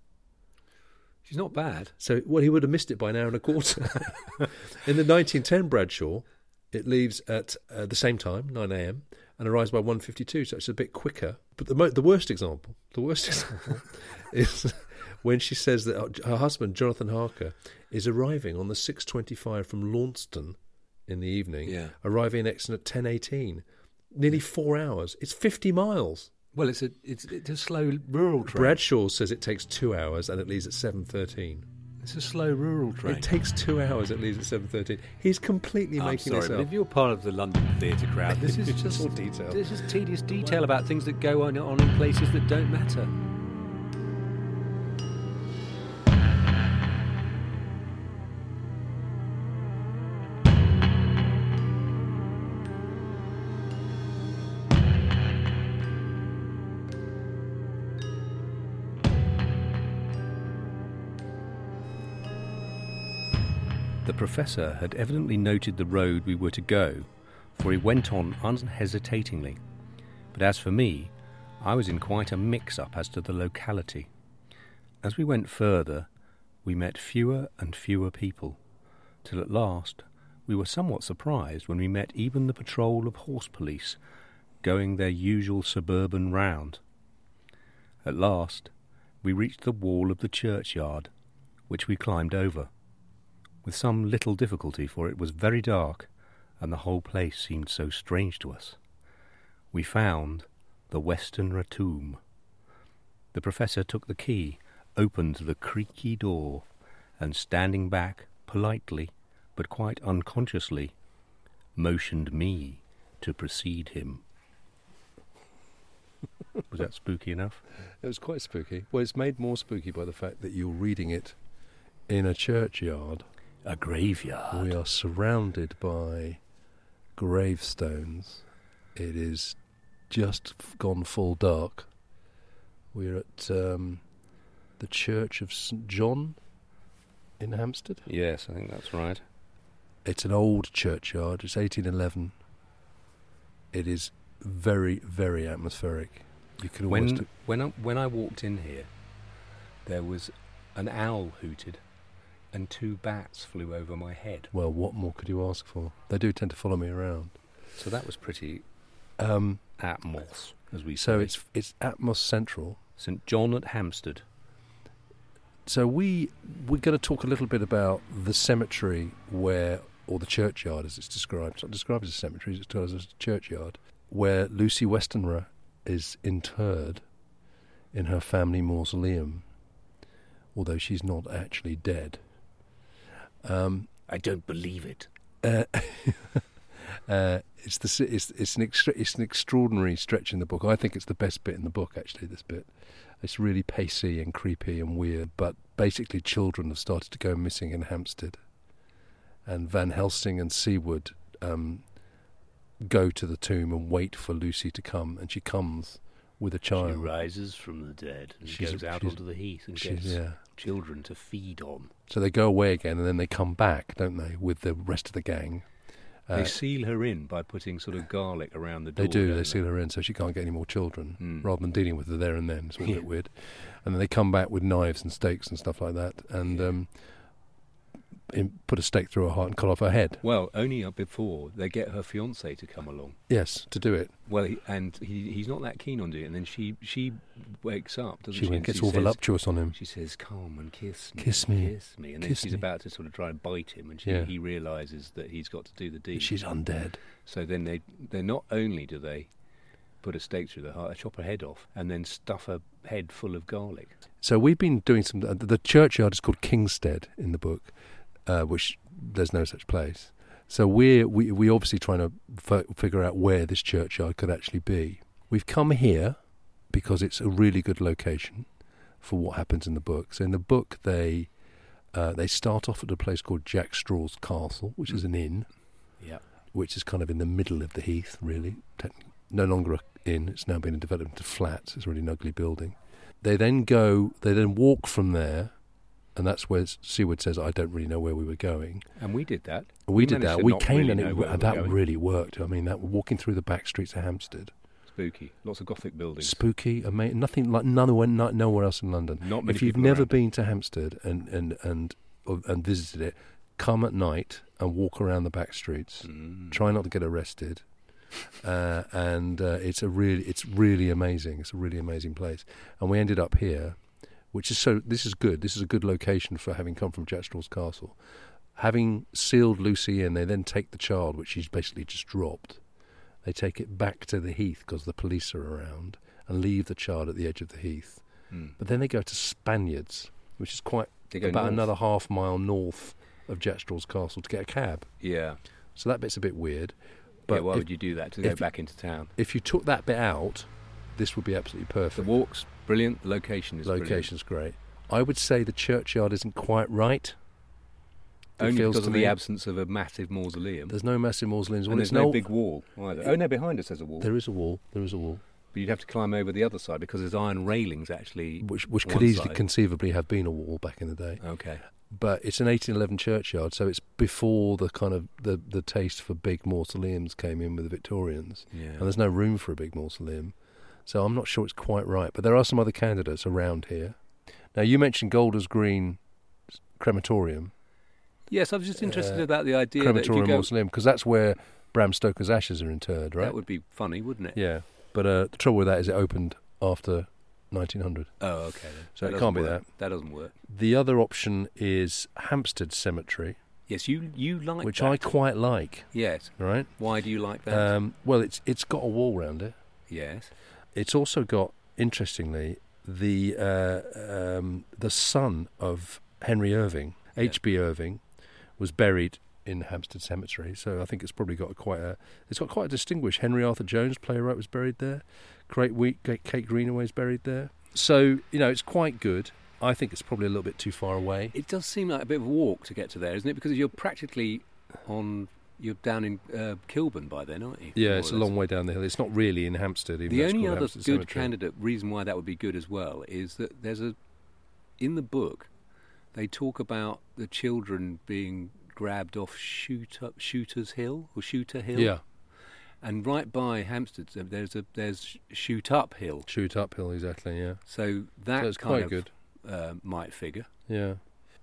D: She's not bad.
C: So, well, he would have missed it by an hour and a quarter. In the 1910 Bradshaw, it leaves at uh, the same time, 9 a.m., and arrives by 1.52, so it's a bit quicker. But the, mo- the worst example, the worst example is when she says that her husband, Jonathan Harker, is arriving on the 6.25 from Launceston in the evening,
D: Yeah.
C: arriving in Exton at 10.18, nearly four hours. It's 50 miles.
D: Well, it's a it's, it's a slow rural train.
C: Bradshaw says it takes two hours and it leaves at 7.13.
D: It's a slow rural train.
C: It takes two hours. It leaves at seven thirteen. He's completely
D: I'm
C: making
D: sorry,
C: this
D: but
C: up.
D: if you're part of the London theatre crowd, this is just
C: All detail.
D: This is tedious detail about things that go on on in places that don't matter. The professor had evidently noted the road we were to go, for he went on unhesitatingly. But as for me, I was in quite a mix up as to the locality. As we went further, we met fewer and fewer people, till at last we were somewhat surprised when we met even the patrol of horse police going their usual suburban round. At last, we reached the wall of the churchyard, which we climbed over with some little difficulty, for it was very dark, and the whole place seemed so strange to us. We found the Western Tomb. The professor took the key, opened the creaky door, and standing back, politely, but quite unconsciously, motioned me to precede him. was that spooky enough?
C: It was quite spooky. Well, it's made more spooky by the fact that you're reading it in a churchyard,
D: a graveyard.
C: We are surrounded by gravestones. It is just f- gone full dark. We're at um, the Church of St John in Hampstead.
D: Yes, I think that's right.
C: It's an old churchyard. It's 1811. It is very, very atmospheric. You can almost
D: when when I, when I walked in here, there was an owl hooted, and two bats flew over my head.
C: Well, what more could you ask for? They do tend to follow me around.
D: So that was pretty
C: Um,
D: atmos, as we
C: so
D: say.
C: it's it's Atmos Central.
D: St John at Hampstead.
C: So we we're going to talk a little bit about the cemetery where, or the churchyard as it's described. It's not described as a cemetery; it's described as a churchyard where Lucy Westenra is interred in her family mausoleum, although she's not actually dead. Um,
D: I don't believe it.
C: uh, uh, it's the s- it's it's an extra, it's an extraordinary stretch in the book. I think it's the best bit in the book. Actually, this bit, it's really pacey and creepy and weird. But basically, children have started to go missing in Hampstead, and Van Helsing and Seaward um, go to the tomb and wait for Lucy to come, and she comes with a child.
P: She rises from the dead and
C: Oh. She's-
P: goes out
C: she's-
P: onto the heath and
C: she's-
P: gets
C: yeah.
P: children to feed on.
C: So they go away again, and then they come back, don't they, with the rest of the gang?
D: they seal her in by putting sort of garlic around the door.
C: Uh, They do.
D: don't
C: They seal her in so she can't get any more children,
D: Mm.
C: rather than dealing with her there and then. It's all a
D: Yeah.
C: bit weird. And then they come back with knives and stakes and stuff like that, and um, in- put a stake through her heart and cut off her head.
P: Well, only up before they get her fiance to come along.
C: Yes, to do it.
P: Well, he, and he, he's not that keen on doing it. And then she she wakes up, doesn't she?
C: She
P: and
C: gets all
P: says-
C: voluptuous on him.
P: She says, "Come and kiss me,
C: Kiss me,
P: kiss me." And then
C: kiss
P: she's
C: me.
P: about to sort of try and bite him, and she,
C: Yeah.
P: he realizes that he's got to do the deed.
C: She's undead.
P: So then they they not only do they put a stake through the heart, they chop her head off, and then stuff her head full of garlic.
C: So we've been doing some. uh, The churchyard is called Kingstead in the book, uh, which there's no such place. So we're we we obviously trying to f- figure out where this churchyard could actually be. We've come here because it's a really good location for what happens in the book. So in the book they Uh, they start off at a place called Jack Straw's Castle, which is an inn,
D: Yep.
C: which is kind of in the middle of the heath, really. Technically, no longer an inn; it's now been developed into flats. It's a really an ugly building. They then go. They then walk from there, and that's where Seward says, "I don't really know where we were going."
D: And we did that.
C: We, did
D: managed
C: that.
D: to
C: We
D: not
C: came
D: really
C: and
D: know
C: it,
D: where we were
C: and that
D: going.
C: really worked. I mean, that walking through the back streets of Hampstead,
D: spooky. Lots of gothic buildings.
C: spooky, amazing. Nothing like nowhere, no- nowhere else in London.
D: Not many
C: if you've
D: people
C: never
D: around.
C: been to Hampstead and and and or- and visited it, come at night and walk around the back streets.
D: Mm.
C: Try not to get arrested. Uh, and uh, it's a really, it's really amazing. It's a really amazing place. And we ended up here, which is so. This is good. This is a good location for having come from Jack Straw's castle. Having sealed Lucy in, they then take the child, which she's basically just dropped. They take it back to the heath because the police are around and leave the child at the edge of the heath.
D: Hmm.
C: But then they go to Spaniards, which is quite
D: They go
C: about
D: north.
C: another half mile north of Jack Straw's castle to get a cab.
D: Yeah.
C: So that bit's a bit weird.
D: But
C: But
D: why
C: if-
D: would you do that to go
C: if-
D: back into town?
C: If you took that bit out, this would be absolutely perfect.
D: The walk's brilliant. The location is brilliant.
C: Location's great. I would say the churchyard isn't quite right. It
D: Only
C: feels
D: because
C: to
D: of the
C: me-
D: absence of a massive mausoleum.
C: There's no massive mausoleums. Well,
D: and there's
C: it's
D: no
C: an
D: big wall either. oh no, behind us there's a wall.
C: There is a wall. There is a wall.
D: But you'd have to climb over the other side because there's iron railings actually,
C: which which
D: on
C: could
D: one
C: easily
D: side. Oh.
C: conceivably have been a wall back in the day.
D: Okay.
C: But it's an 1811 churchyard, so it's before the kind of the, the taste for big mausoleums came in with the Victorians.
D: Yeah.
C: And there's no room for a big mausoleum, so I'm not sure it's quite right. But there are some other candidates around here. Now you mentioned Golders Green crematorium,
D: Yes, I was just interested
C: uh,
D: about the idea that if you
C: crematorium
D: go,
C: mausoleum because that's where Bram Stoker's ashes are interred, right?
D: that would be funny, wouldn't it?
C: Yeah, but uh, the trouble with that is it opened after 1900.
D: Oh, okay. Then.
C: So it
D: doesn't
C: can't be
D: work.
C: that.
D: That doesn't work.
C: The other option is Hampstead Cemetery,
D: Yes, you you like
C: which
D: that.
C: I quite like.
D: Yes.
C: Right?
D: Why do you like that?
C: Um, well, it's it's got a wall round it.
D: yes.
C: It's also got, interestingly, the uh, um, the son of Henry Irving, H.B. Irving, was buried in Hampstead Cemetery. So I think it's probably got quite a it's got quite a distinguished. Henry Arthur Jones, playwright, was buried there. Great Wheat, Kate Greenaway's buried there. So you know it's quite good. I think it's probably a little bit too far away.
D: It does seem like a bit of a walk to get to there, isn't it? Because you're practically on you're down in uh, Kilburn by then, aren't you?
C: Yeah,
D: More
C: it's
D: or
C: a
D: less.
C: long way down the hill. It's not really in Hampstead. Even
D: The
C: though it's
D: only
C: called
D: other
C: Hampstead
D: good
C: Cemetery.
D: candidate reason why that would be good as well is that there's a in the book they talk about the children being grabbed off shoot up Shooter's Hill or Shooter Hill.
C: Yeah,
D: And right by Hampstead there- there's a there's Shoot Up Hill.
C: shoot uphill exactly. Yeah,
D: So that
C: So it's
D: kind
C: quite
D: of
C: good.
D: Uh, might figure.
C: yeah,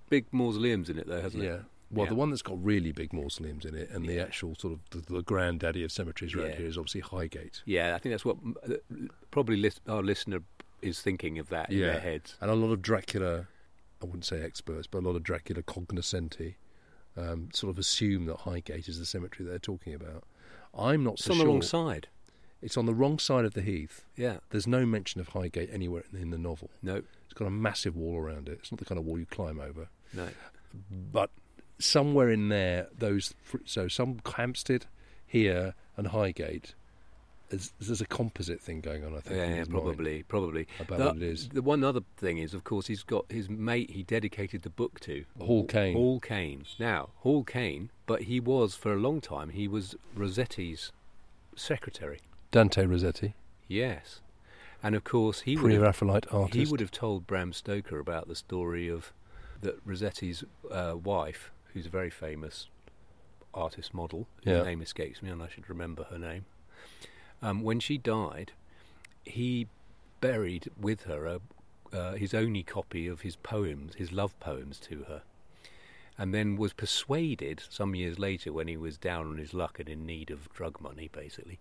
D: Big mausoleums in it though, hasn't
C: yeah.
D: it?
C: Well,
D: Yeah.
C: the one that's got really big mausoleums in it, and the actual sort of the, the granddaddy of cemeteries around
D: Yeah.
C: here is obviously Highgate.
D: Yeah, I think that's what m- uh, probably lis- our listener is thinking of that in their heads.
C: and a lot of Dracula. I wouldn't say experts, but a lot of Dracula cognoscenti um, sort of assume that Highgate is the cemetery they're talking about. I'm not
D: It's
C: so
D: on
C: sure.
D: the wrong side.
C: It's on the wrong side of the heath.
D: Yeah.
C: There's no mention of Highgate anywhere in the novel.
D: No.
C: It's got a massive wall around it. It's not the kind of wall you climb over.
D: No.
C: But somewhere in there, those fr- so some Hampstead here and Highgate, there's, there's a composite thing going on. I think. in
D: Yeah,
C: his mind
D: probably, probably.
C: about
D: the,
C: what it is.
D: The one other thing is, of course, he's got his mate. He dedicated the book to
C: Hall Caine.
D: Hall Caine. Now, Hall Caine, but he was for a long time. He was Rossetti's secretary.
C: Dante Rossetti,
D: Yes, and of course he would have,
C: pre-Raphaelite artist.
D: he would have told Bram Stoker about the story of that Rossetti's uh, wife, who's a very famous artist model. whose
C: Yeah.
D: name escapes me, and I should remember her name. Um, when she died, he buried with her a, uh, his only copy of his poems, his love poems to her, and then was persuaded some years later, when he was down on his luck and in need of drug money, basically,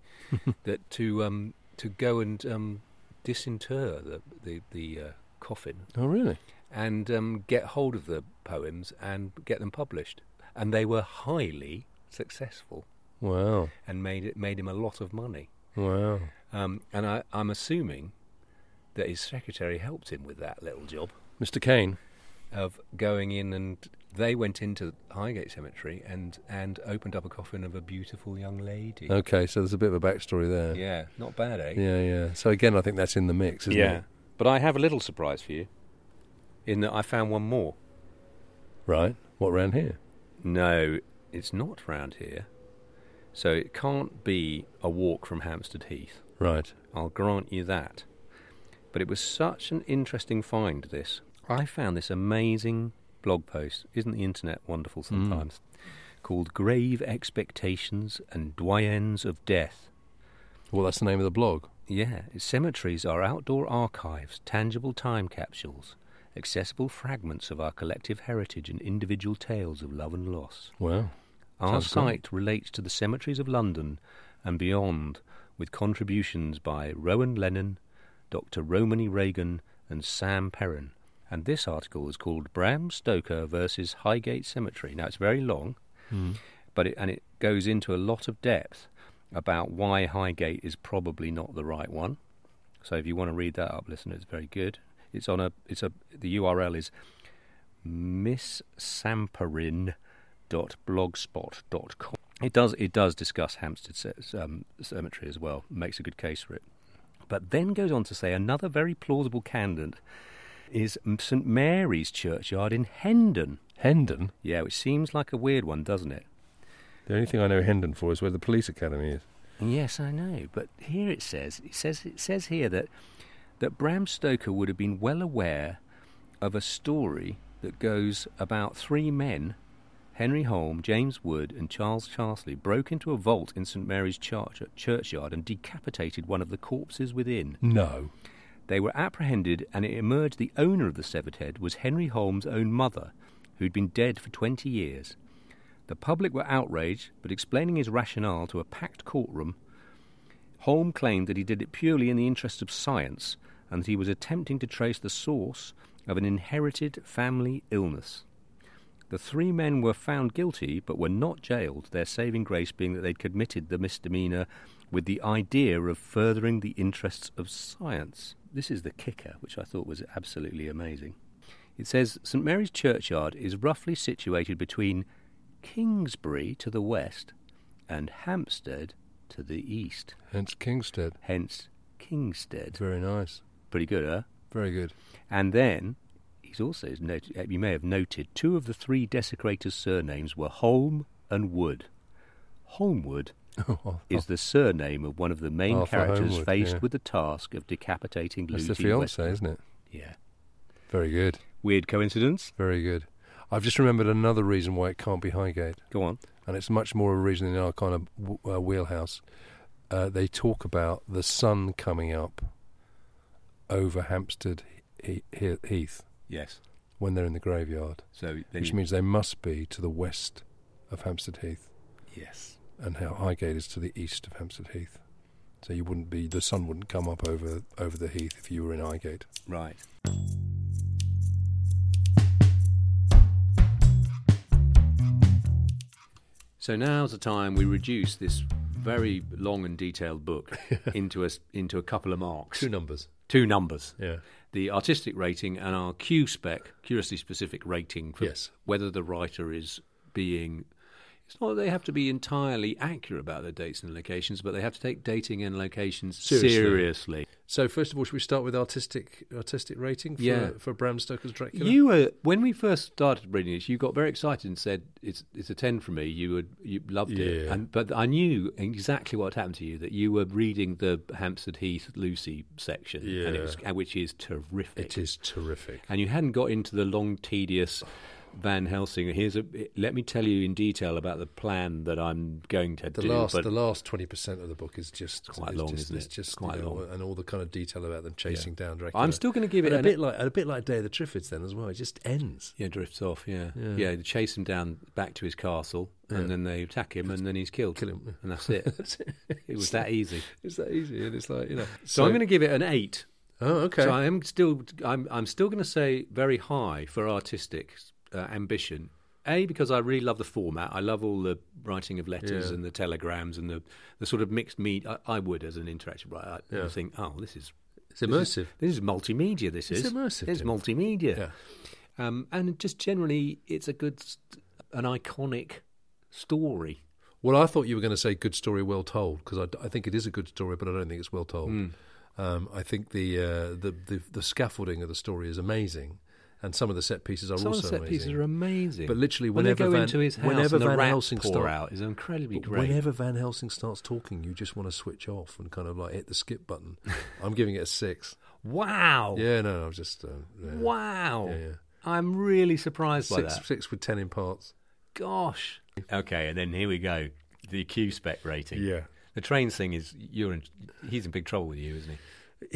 D: that to um, to go and um, disinter the the, the uh, coffin
C: Oh, really?
D: and um, get hold of the poems and get them published. And they were highly successful
C: Wow,
D: and made it made him a lot of money.
C: wow.
D: Um, and I, I'm assuming that his secretary helped him with that little job
C: Mr. Kane.
D: of going in and they went into Highgate Cemetery and, and opened up a coffin of a beautiful young lady.
C: Okay, so there's a bit of a backstory there.
D: Yeah, not bad, eh?
C: Oh, yeah, yeah. So again, I think that's in the mix, isn't
D: yeah.
C: it?
D: But I have a little surprise for you in that I found one more.
N: Right. What round here?
D: No, it's not round here. So it can't be a walk from Hampstead Heath.
N: Right.
D: I'll grant you that. But it was such an interesting find, this. I found this amazing blog post. Isn't the internet wonderful sometimes? Called Grave Expectations and Doyens of Death.
N: Well, that's the name of the blog.
D: Yeah, cemeteries are outdoor archives, tangible time capsules, accessible fragments of our collective heritage and individual tales of love and loss.
N: Wow.
D: Our
N: Sounds cool.
D: site relates to the cemeteries of London and beyond with contributions by Rowan Lennon, Dr. Romany Reagan, and Sam Perrin. And this article is called Bram Stoker versus Highgate Cemetery. Now, it's very long, but it, and it goes into a lot of depth about why Highgate is probably not the right one. So if you want to read that up, listen, it's very good. It's on a it's a the URL is misssamperin.blogspot.com. It does it does discuss Hampstead ce- um, Cemetery as well. Makes a good case for it. But then goes on to say another very plausible candidate is St Mary's Churchyard in Hendon.
N: Hendon?
D: Yeah, which seems like a weird one, doesn't it?
N: The only thing I know Hendon for is where the police academy is.
D: Yes, I know. But here it says it says it says here that that Bram Stoker would have been well aware of a story that goes about three men, Henry Holm, James Wood, and Charles Charsley, broke into a vault in St Mary's church, churchyard and decapitated one of the corpses within.
N: No.
D: They were apprehended, and it emerged the owner of the severed head was Henry Holmes' own mother, who'd been dead for 20 years. The public were outraged, but explaining his rationale to a packed courtroom, Holm claimed that he did it purely in the interests of science and that he was attempting to trace the source of an inherited family illness. The three men were found guilty but were not jailed, their saving grace being that they'd committed the misdemeanour with the idea of furthering the interests of science. This is the kicker, which I thought was absolutely amazing. It says St Mary's Churchyard is roughly situated between Kingsbury to the west and Hampstead to the east.
N: Hence Kingstead.
D: Hence Kingstead.
N: Very nice.
D: Pretty good, huh?
N: Very good.
D: And then he's also noted, uh, you may have noted, two of the three desecrators' surnames were Holm and Wood. Holmwood
N: Oh,
D: is the surname of one of the main
N: Arthur
D: characters
N: Oh, Holmwood,
D: faced
N: yeah.
D: with the task of decapitating
N: That's the
D: Lucy
N: fiance,
D: Westwood.
N: isn't it?
D: Yeah.
N: Very good.
D: Weird coincidence.
N: Very good. I've just remembered another reason why it can't be Highgate.
D: Go on.
N: And it's much more a reason in our kind of w- uh, wheelhouse. Uh, they talk about the sun coming up over Hampstead he- he- Heath
D: Yes.
N: when they're in the graveyard,
D: So then
N: which
D: you-
N: means they must be to the west of Hampstead Heath,
D: Yes.
N: and how Highgate is to the east of Hampstead Heath. So you wouldn't be the sun wouldn't come up over over the heath if you were in Highgate.
D: Right. So now's the time we reduce this very long and detailed book into a s- into a couple of marks.
C: Two numbers.
D: Two numbers.
N: Yeah.
D: The artistic rating and our Q spec, curiously specific rating for
N: Yes.
D: whether the writer is being. It's not that they have to be entirely accurate about their dates and locations, but they have to take dating and locations seriously.
C: So first of all, should we start with artistic artistic rating for,
D: Yeah.
C: for Bram Stoker's Dracula?
D: You were when we first started reading this, you got very excited and said, "It's it's a ten for me." You would you loved it,
C: Yeah.
D: and, but I knew exactly what happened to you that you were reading the Hampstead Heath Lucy section, and it was,
C: Yeah.
D: and which is terrific.
C: It is terrific.
D: and you hadn't got into the long, tedious Van Helsing. Here's a let me tell you in detail about the plan that I'm going to
C: Uh, The
D: do.
C: last
D: but
C: the last twenty percent of the book is just
D: quite
C: is
D: long,
C: just,
D: isn't
C: is
D: it?
C: just
D: Quite
C: you know,
D: long.
C: and all the kind of detail about them chasing down Dracula.
D: I'm still gonna give
C: And
D: it
C: a
D: an-
C: bit like and a bit like Day of the Triffids then as well. It just ends.
D: yeah, drifts off. Yeah.
C: Yeah.
D: yeah, They chase him down back to his castle,
C: Yeah.
D: and then they attack him, and then he's killed.
C: Kill him.
D: and that's it. it was that easy.
C: It's that easy, and it's like you know.
D: So, I'm going to give it an eight.
C: Oh, okay.
D: So I am still, I'm, I'm still going to say very high for artistic uh, ambition. A because I really love the format. I love all the writing of letters
C: Yeah.
D: and the telegrams and the, the sort of mixed meat. I, I would as an interactive writer. I
C: Yeah.
D: think, oh, this is
C: It's
D: this is-
C: immersive.
D: This is, multimedia. This
C: It's
D: is
C: immersive,
D: It's
C: Tim.
D: multimedia.
C: Yeah.
D: Um, and just generally, it's a good, st- an iconic story.
C: Well, I thought you were going to say good story well told because I, d- I think it is a good story, but I don't think it's
B: Hmm.
C: well told. Um, I think the, uh, the the the scaffolding of the story is amazing, And some of the set pieces are
B: Some of
C: also
B: the set
C: amazing.
B: pieces are amazing.
C: But literally,
B: When they
C: whenever
B: go
C: Van,
B: into his house
C: whenever
B: and the
C: Van
B: rat
C: Helsing
B: pour
C: starts
B: out is incredibly great.
C: Whenever Van Helsing starts talking, you just want to switch off and kind of like hit the skip button. I'm giving it a six.
B: Wow.
C: Yeah, no, I'm just uh, yeah.
B: Wow.
C: Yeah, yeah.
B: I'm really surprised by
C: Six,
B: that.
C: six with ten in parts.
B: Gosh. Okay, and then here we go. The Q spec rating.
C: Yeah.
B: The trains thing is you're in. He's in big trouble with you, isn't he?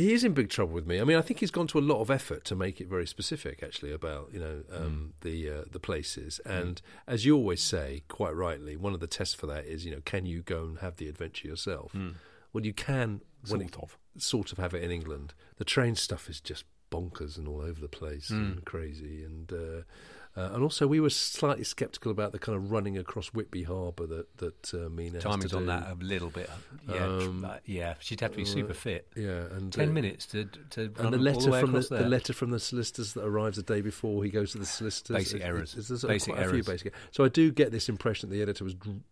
C: He is in big trouble with me. I mean, I think he's gone to a lot of effort to make it very specific, actually, about you know um,
B: Hmm.
C: the uh, the places. And as you always say, quite rightly, one of the tests for that is you know can you go and have the adventure yourself?
B: Mm.
C: Well, you can when
B: Sort
C: it- sort of have it in England. The train stuff is just bonkers and all over the place
B: Mm.
C: and crazy and. Uh, uh, and also, we were slightly sceptical about the kind of running across Whitby Harbour that that uh, Mina has
B: Timing's
C: to
B: on
C: do.
B: that uh, a little bit. Yeah, tr-
C: Um,
B: uh, yeah. She'd have to be
C: uh,
B: super fit.
C: Yeah, and
B: ten
C: uh,
B: minutes to to run
C: and the
B: all
C: letter
B: the way
C: from the,
B: across
C: the
B: there.
C: letter from the solicitors that arrives the day before he goes to the solicitors.
B: Basic
C: It-
B: errors.
C: it's- there's
B: Basic
C: quite a few
B: errors.
C: basic. So I do get this impression that the editor was dr-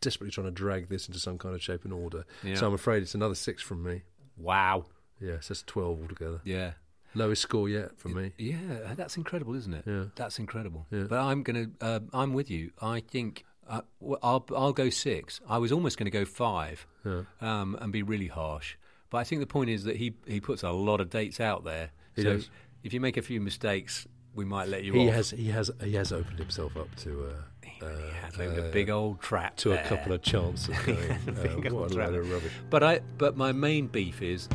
C: desperately trying to drag this into some kind of shape and order.
B: Yeah.
C: So I'm afraid it's another six from me.
B: Wow.
C: Yeah, so that's twelve altogether.
B: Yeah.
C: lowest score yet for me.
B: Yeah, that's incredible, isn't it?
C: Yeah.
B: That's incredible.
C: Yeah.
B: But I'm gonna, uh, I'm with you. I think uh, well, I'll I'll go six. I was almost going to go five,
C: Yeah.
B: um, and be really harsh. But I think the point is that he he puts a lot of dates out there.
C: He
B: so
C: does.
B: if you make a few mistakes, we might let you
C: He
B: off.
C: has he has he has opened himself up to. Uh, uh,
B: has opened a
C: uh,
B: big old trap
C: to
B: there.
C: a couple of chances.
B: He
C: going,
B: has a
C: uh,
B: big old
C: what a
B: trap.
C: load of rubbish.
B: But I but my main beef is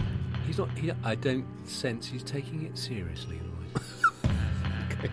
B: he's not. He, I don't sense he's taking it seriously. Lloyd.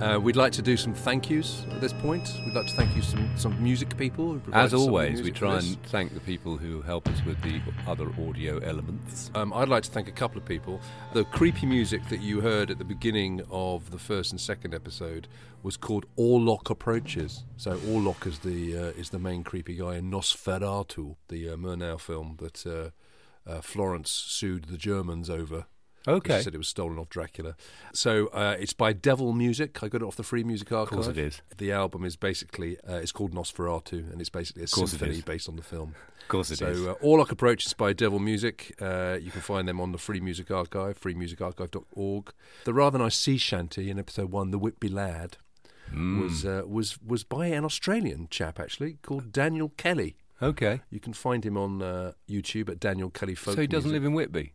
C: Uh, we'd like to do some thank yous at this point. We'd like to thank you some some music people. who provided
D: As
C: some of the
D: always, we
C: music for
D: try
C: this.
D: and thank the people who help us with the other audio elements.
C: Um, I'd like to thank a couple of people. The creepy music that you heard at the beginning of the first and second episode was called Orlok Approaches. So Orlok is the uh, is the main creepy guy in Nosferatu, the uh, Murnau film that uh, uh, Florence sued the Germans over. 'cause
D: Okay.
C: she said it was stolen off Dracula. So uh, it's by Devil Music. I got it off the Free Music Archive.
D: course it is.
C: The album is basically uh, it's called Nosferatu, and it's basically a
D: Of course it
C: symphony
D: is.
C: based on the film.
D: Of course it
C: so,
D: is.
C: Uh, All Lock Approaches by Devil Music. Uh, you can find them on the Free Music Archive, freemusicarchive.org. The rather nice sea shanty in episode one, The Whitby Lad,
D: Mm.
C: was, uh, was, was by an Australian chap, actually, called Daniel Kelly.
D: Okay.
C: You can find him on uh, YouTube at Daniel Kelly Folk
D: so he doesn't
C: Music.
D: live in Whitby.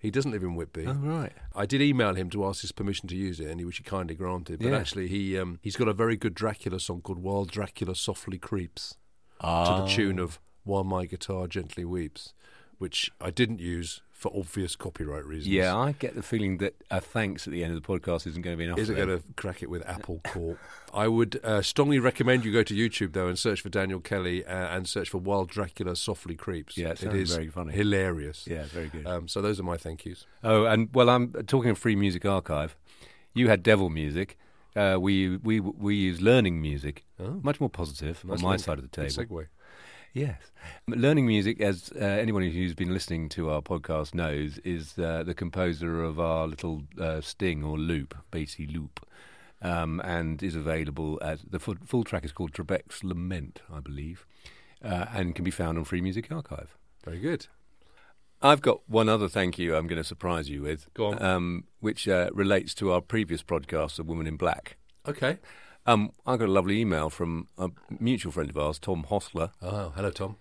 C: He doesn't live in Whitby.
D: Oh, right.
C: I did email him to ask his permission to use it, and he which he kindly granted. But
D: Yeah.
C: actually, he um, he's got a very good Dracula song called "While Dracula Softly Creeps" to
D: Ah.
C: the tune of "While My Guitar Gently Weeps," which I didn't use for obvious copyright reasons.
D: Yeah, I get the feeling that a thanks at the end of the podcast isn't going to be enough.
C: Is it
D: for them.
C: going to crack it with Apple Corp? I would uh, strongly recommend you go to YouTube though and search for Daniel Kelly uh, and search for "While Dracula Softly Creeps."
D: Yeah, it
C: it
D: sounds
C: is
D: very funny.
C: hilarious.
D: Yeah, very good.
C: Um, so those are my thank yous.
D: Oh, and well, I'm talking of free music archive. You had devil music. Uh, we we we use learning music.
C: Oh.
D: Much more positive
C: Nice
D: on my
C: link.
D: side of the
C: Good
D: table.
C: segue.
D: Yes. Learning music, as uh, anyone who's been listening to our podcast knows, is uh, the composer of our little uh, sting or loop, bassy loop, um, and is available as the full, full track is called Trebek's Lament, I believe, uh, and can be found on Free Music Archive.
C: Very good.
D: I've got one other thank you I'm going to surprise you with,
C: Go on.
D: Um, which uh, relates to our previous podcast, The Woman in Black.
C: Okay.
D: Um, I got a lovely email from a mutual friend of ours, Tom Hostler,
C: Oh, hello, Tom.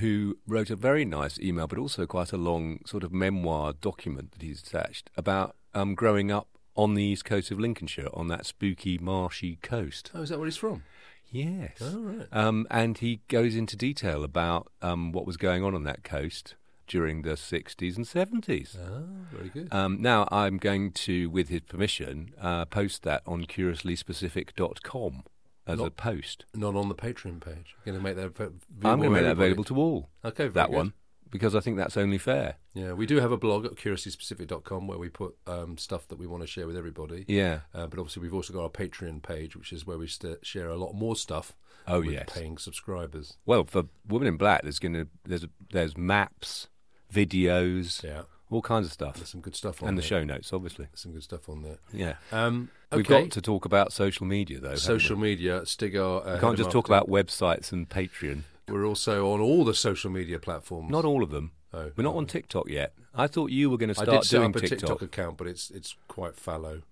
D: who wrote a very nice email, but also quite a long sort of memoir document that he's attached about um, growing up on the east coast of Lincolnshire, on that spooky, marshy coast.
C: Oh, is that where he's from?
D: Yes.
C: Oh, right.
D: Um, and he goes into detail about um, what was going on on that coast during the 60s and 70s.
C: Oh, very good.
D: Um, now I'm going to, with his permission, uh, post that on curiouslyspecific.com as a
C: Not-
D: post.
C: Not on the Patreon page. You're going to make that ava- available.
D: I'm going to make that
C: everybody.
D: available to all.
C: Okay, very
D: that
C: good.
D: one because I think that's only fair.
C: Yeah, we do have a blog at curiouslyspecific.com where we put um, stuff that we want to share with everybody.
D: Yeah.
C: Uh, but obviously, we've also got our Patreon page, which is where we st- share a lot more stuff
D: Oh,
C: with
D: yes.
C: paying subscribers.
D: Well, for Women in Black, there's going to there's there's maps, videos,
C: Yeah.
D: all kinds of stuff.
C: There's some good stuff on
D: and the
C: there.
D: show notes, obviously.
C: Some good stuff on there.
D: Yeah.
C: Um,
D: We've
C: okay.
D: got to talk about social media, though. haven't
C: Social
D: we?
C: media, Stigar. Uh,
D: We
C: Head 'em
D: can't just
C: Up
D: talk
C: dot-
D: about websites and Patreon.
C: We're also on all the social media platforms.
D: Not all of them.
C: Mm. Oh,
D: We're not on TikTok yet. I thought you were going to start
C: I did set
D: doing
C: up a
D: TikTok.
C: TikTok, account, but it's it's quite fallow.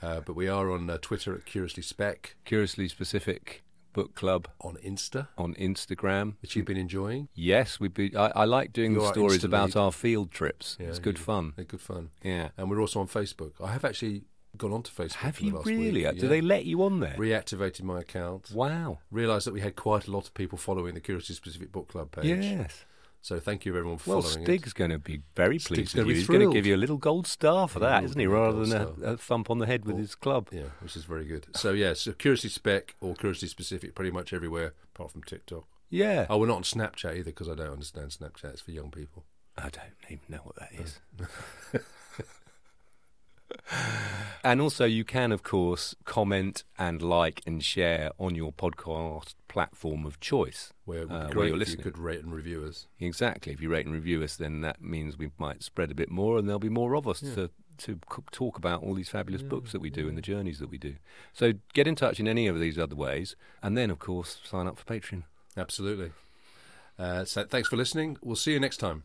C: Uh, but we are on uh, Twitter at Curiously Spec,
D: Curiously Specific Book Club
C: on Insta,
D: on Instagram.
C: which you've been enjoying.
D: Yes, we. Be, I, I like doing
C: You're
D: the
C: our
D: stories
C: Insta
D: about
C: lead.
D: our field trips. it's
C: Yeah,
D: good
C: you-
D: fun.
C: They're good fun.
D: Yeah.
C: And we're also on Facebook. I have actually gone onto Facebook.
D: Have
C: for the
D: you
C: last
D: really?
C: Week.
D: Do they let you on there?
C: Reactivated my account.
D: wow.
C: Realised that we had quite a lot of people following the Curiously Specific Book Club page.
D: Yes.
C: So thank you everyone for
D: Well,
C: following.
D: Stig's going to be very
C: Stig's
D: pleased
C: gonna
D: with you.
C: be
D: He's going to
C: thrilled.
D: give you a little gold star for
C: Yeah,
D: that,
C: he
D: isn't
C: will
D: he?
C: give me a
D: Rather
C: gold
D: than a,
C: star. Oh.
D: a thump on the head with
C: Or-
D: his club.
C: it. Yeah, which is very good. So yeah, so Curiously Spec or Curiously Specific, pretty much everywhere apart from TikTok.
D: Yeah.
C: Oh, we're not on Snapchat either because I don't understand Snapchat. It's for young people.
D: I don't even know what
C: Oh.
D: that is. and also, you can, of course, comment and like and share on your podcast platform of choice
C: Where, it would be
D: uh,
C: great
D: where you're
C: if
D: listening.
C: you could rate and review us.
D: Exactly. If you rate and review us, then that means we might spread a bit more, and there'll be more of us
C: Yeah.
D: to to c- talk about all these fabulous books that we do and the journeys that we do. So get in touch in any of these other ways, and then, of course, sign up for Patreon.
C: Absolutely. Uh, so thanks for listening. We'll see you next time.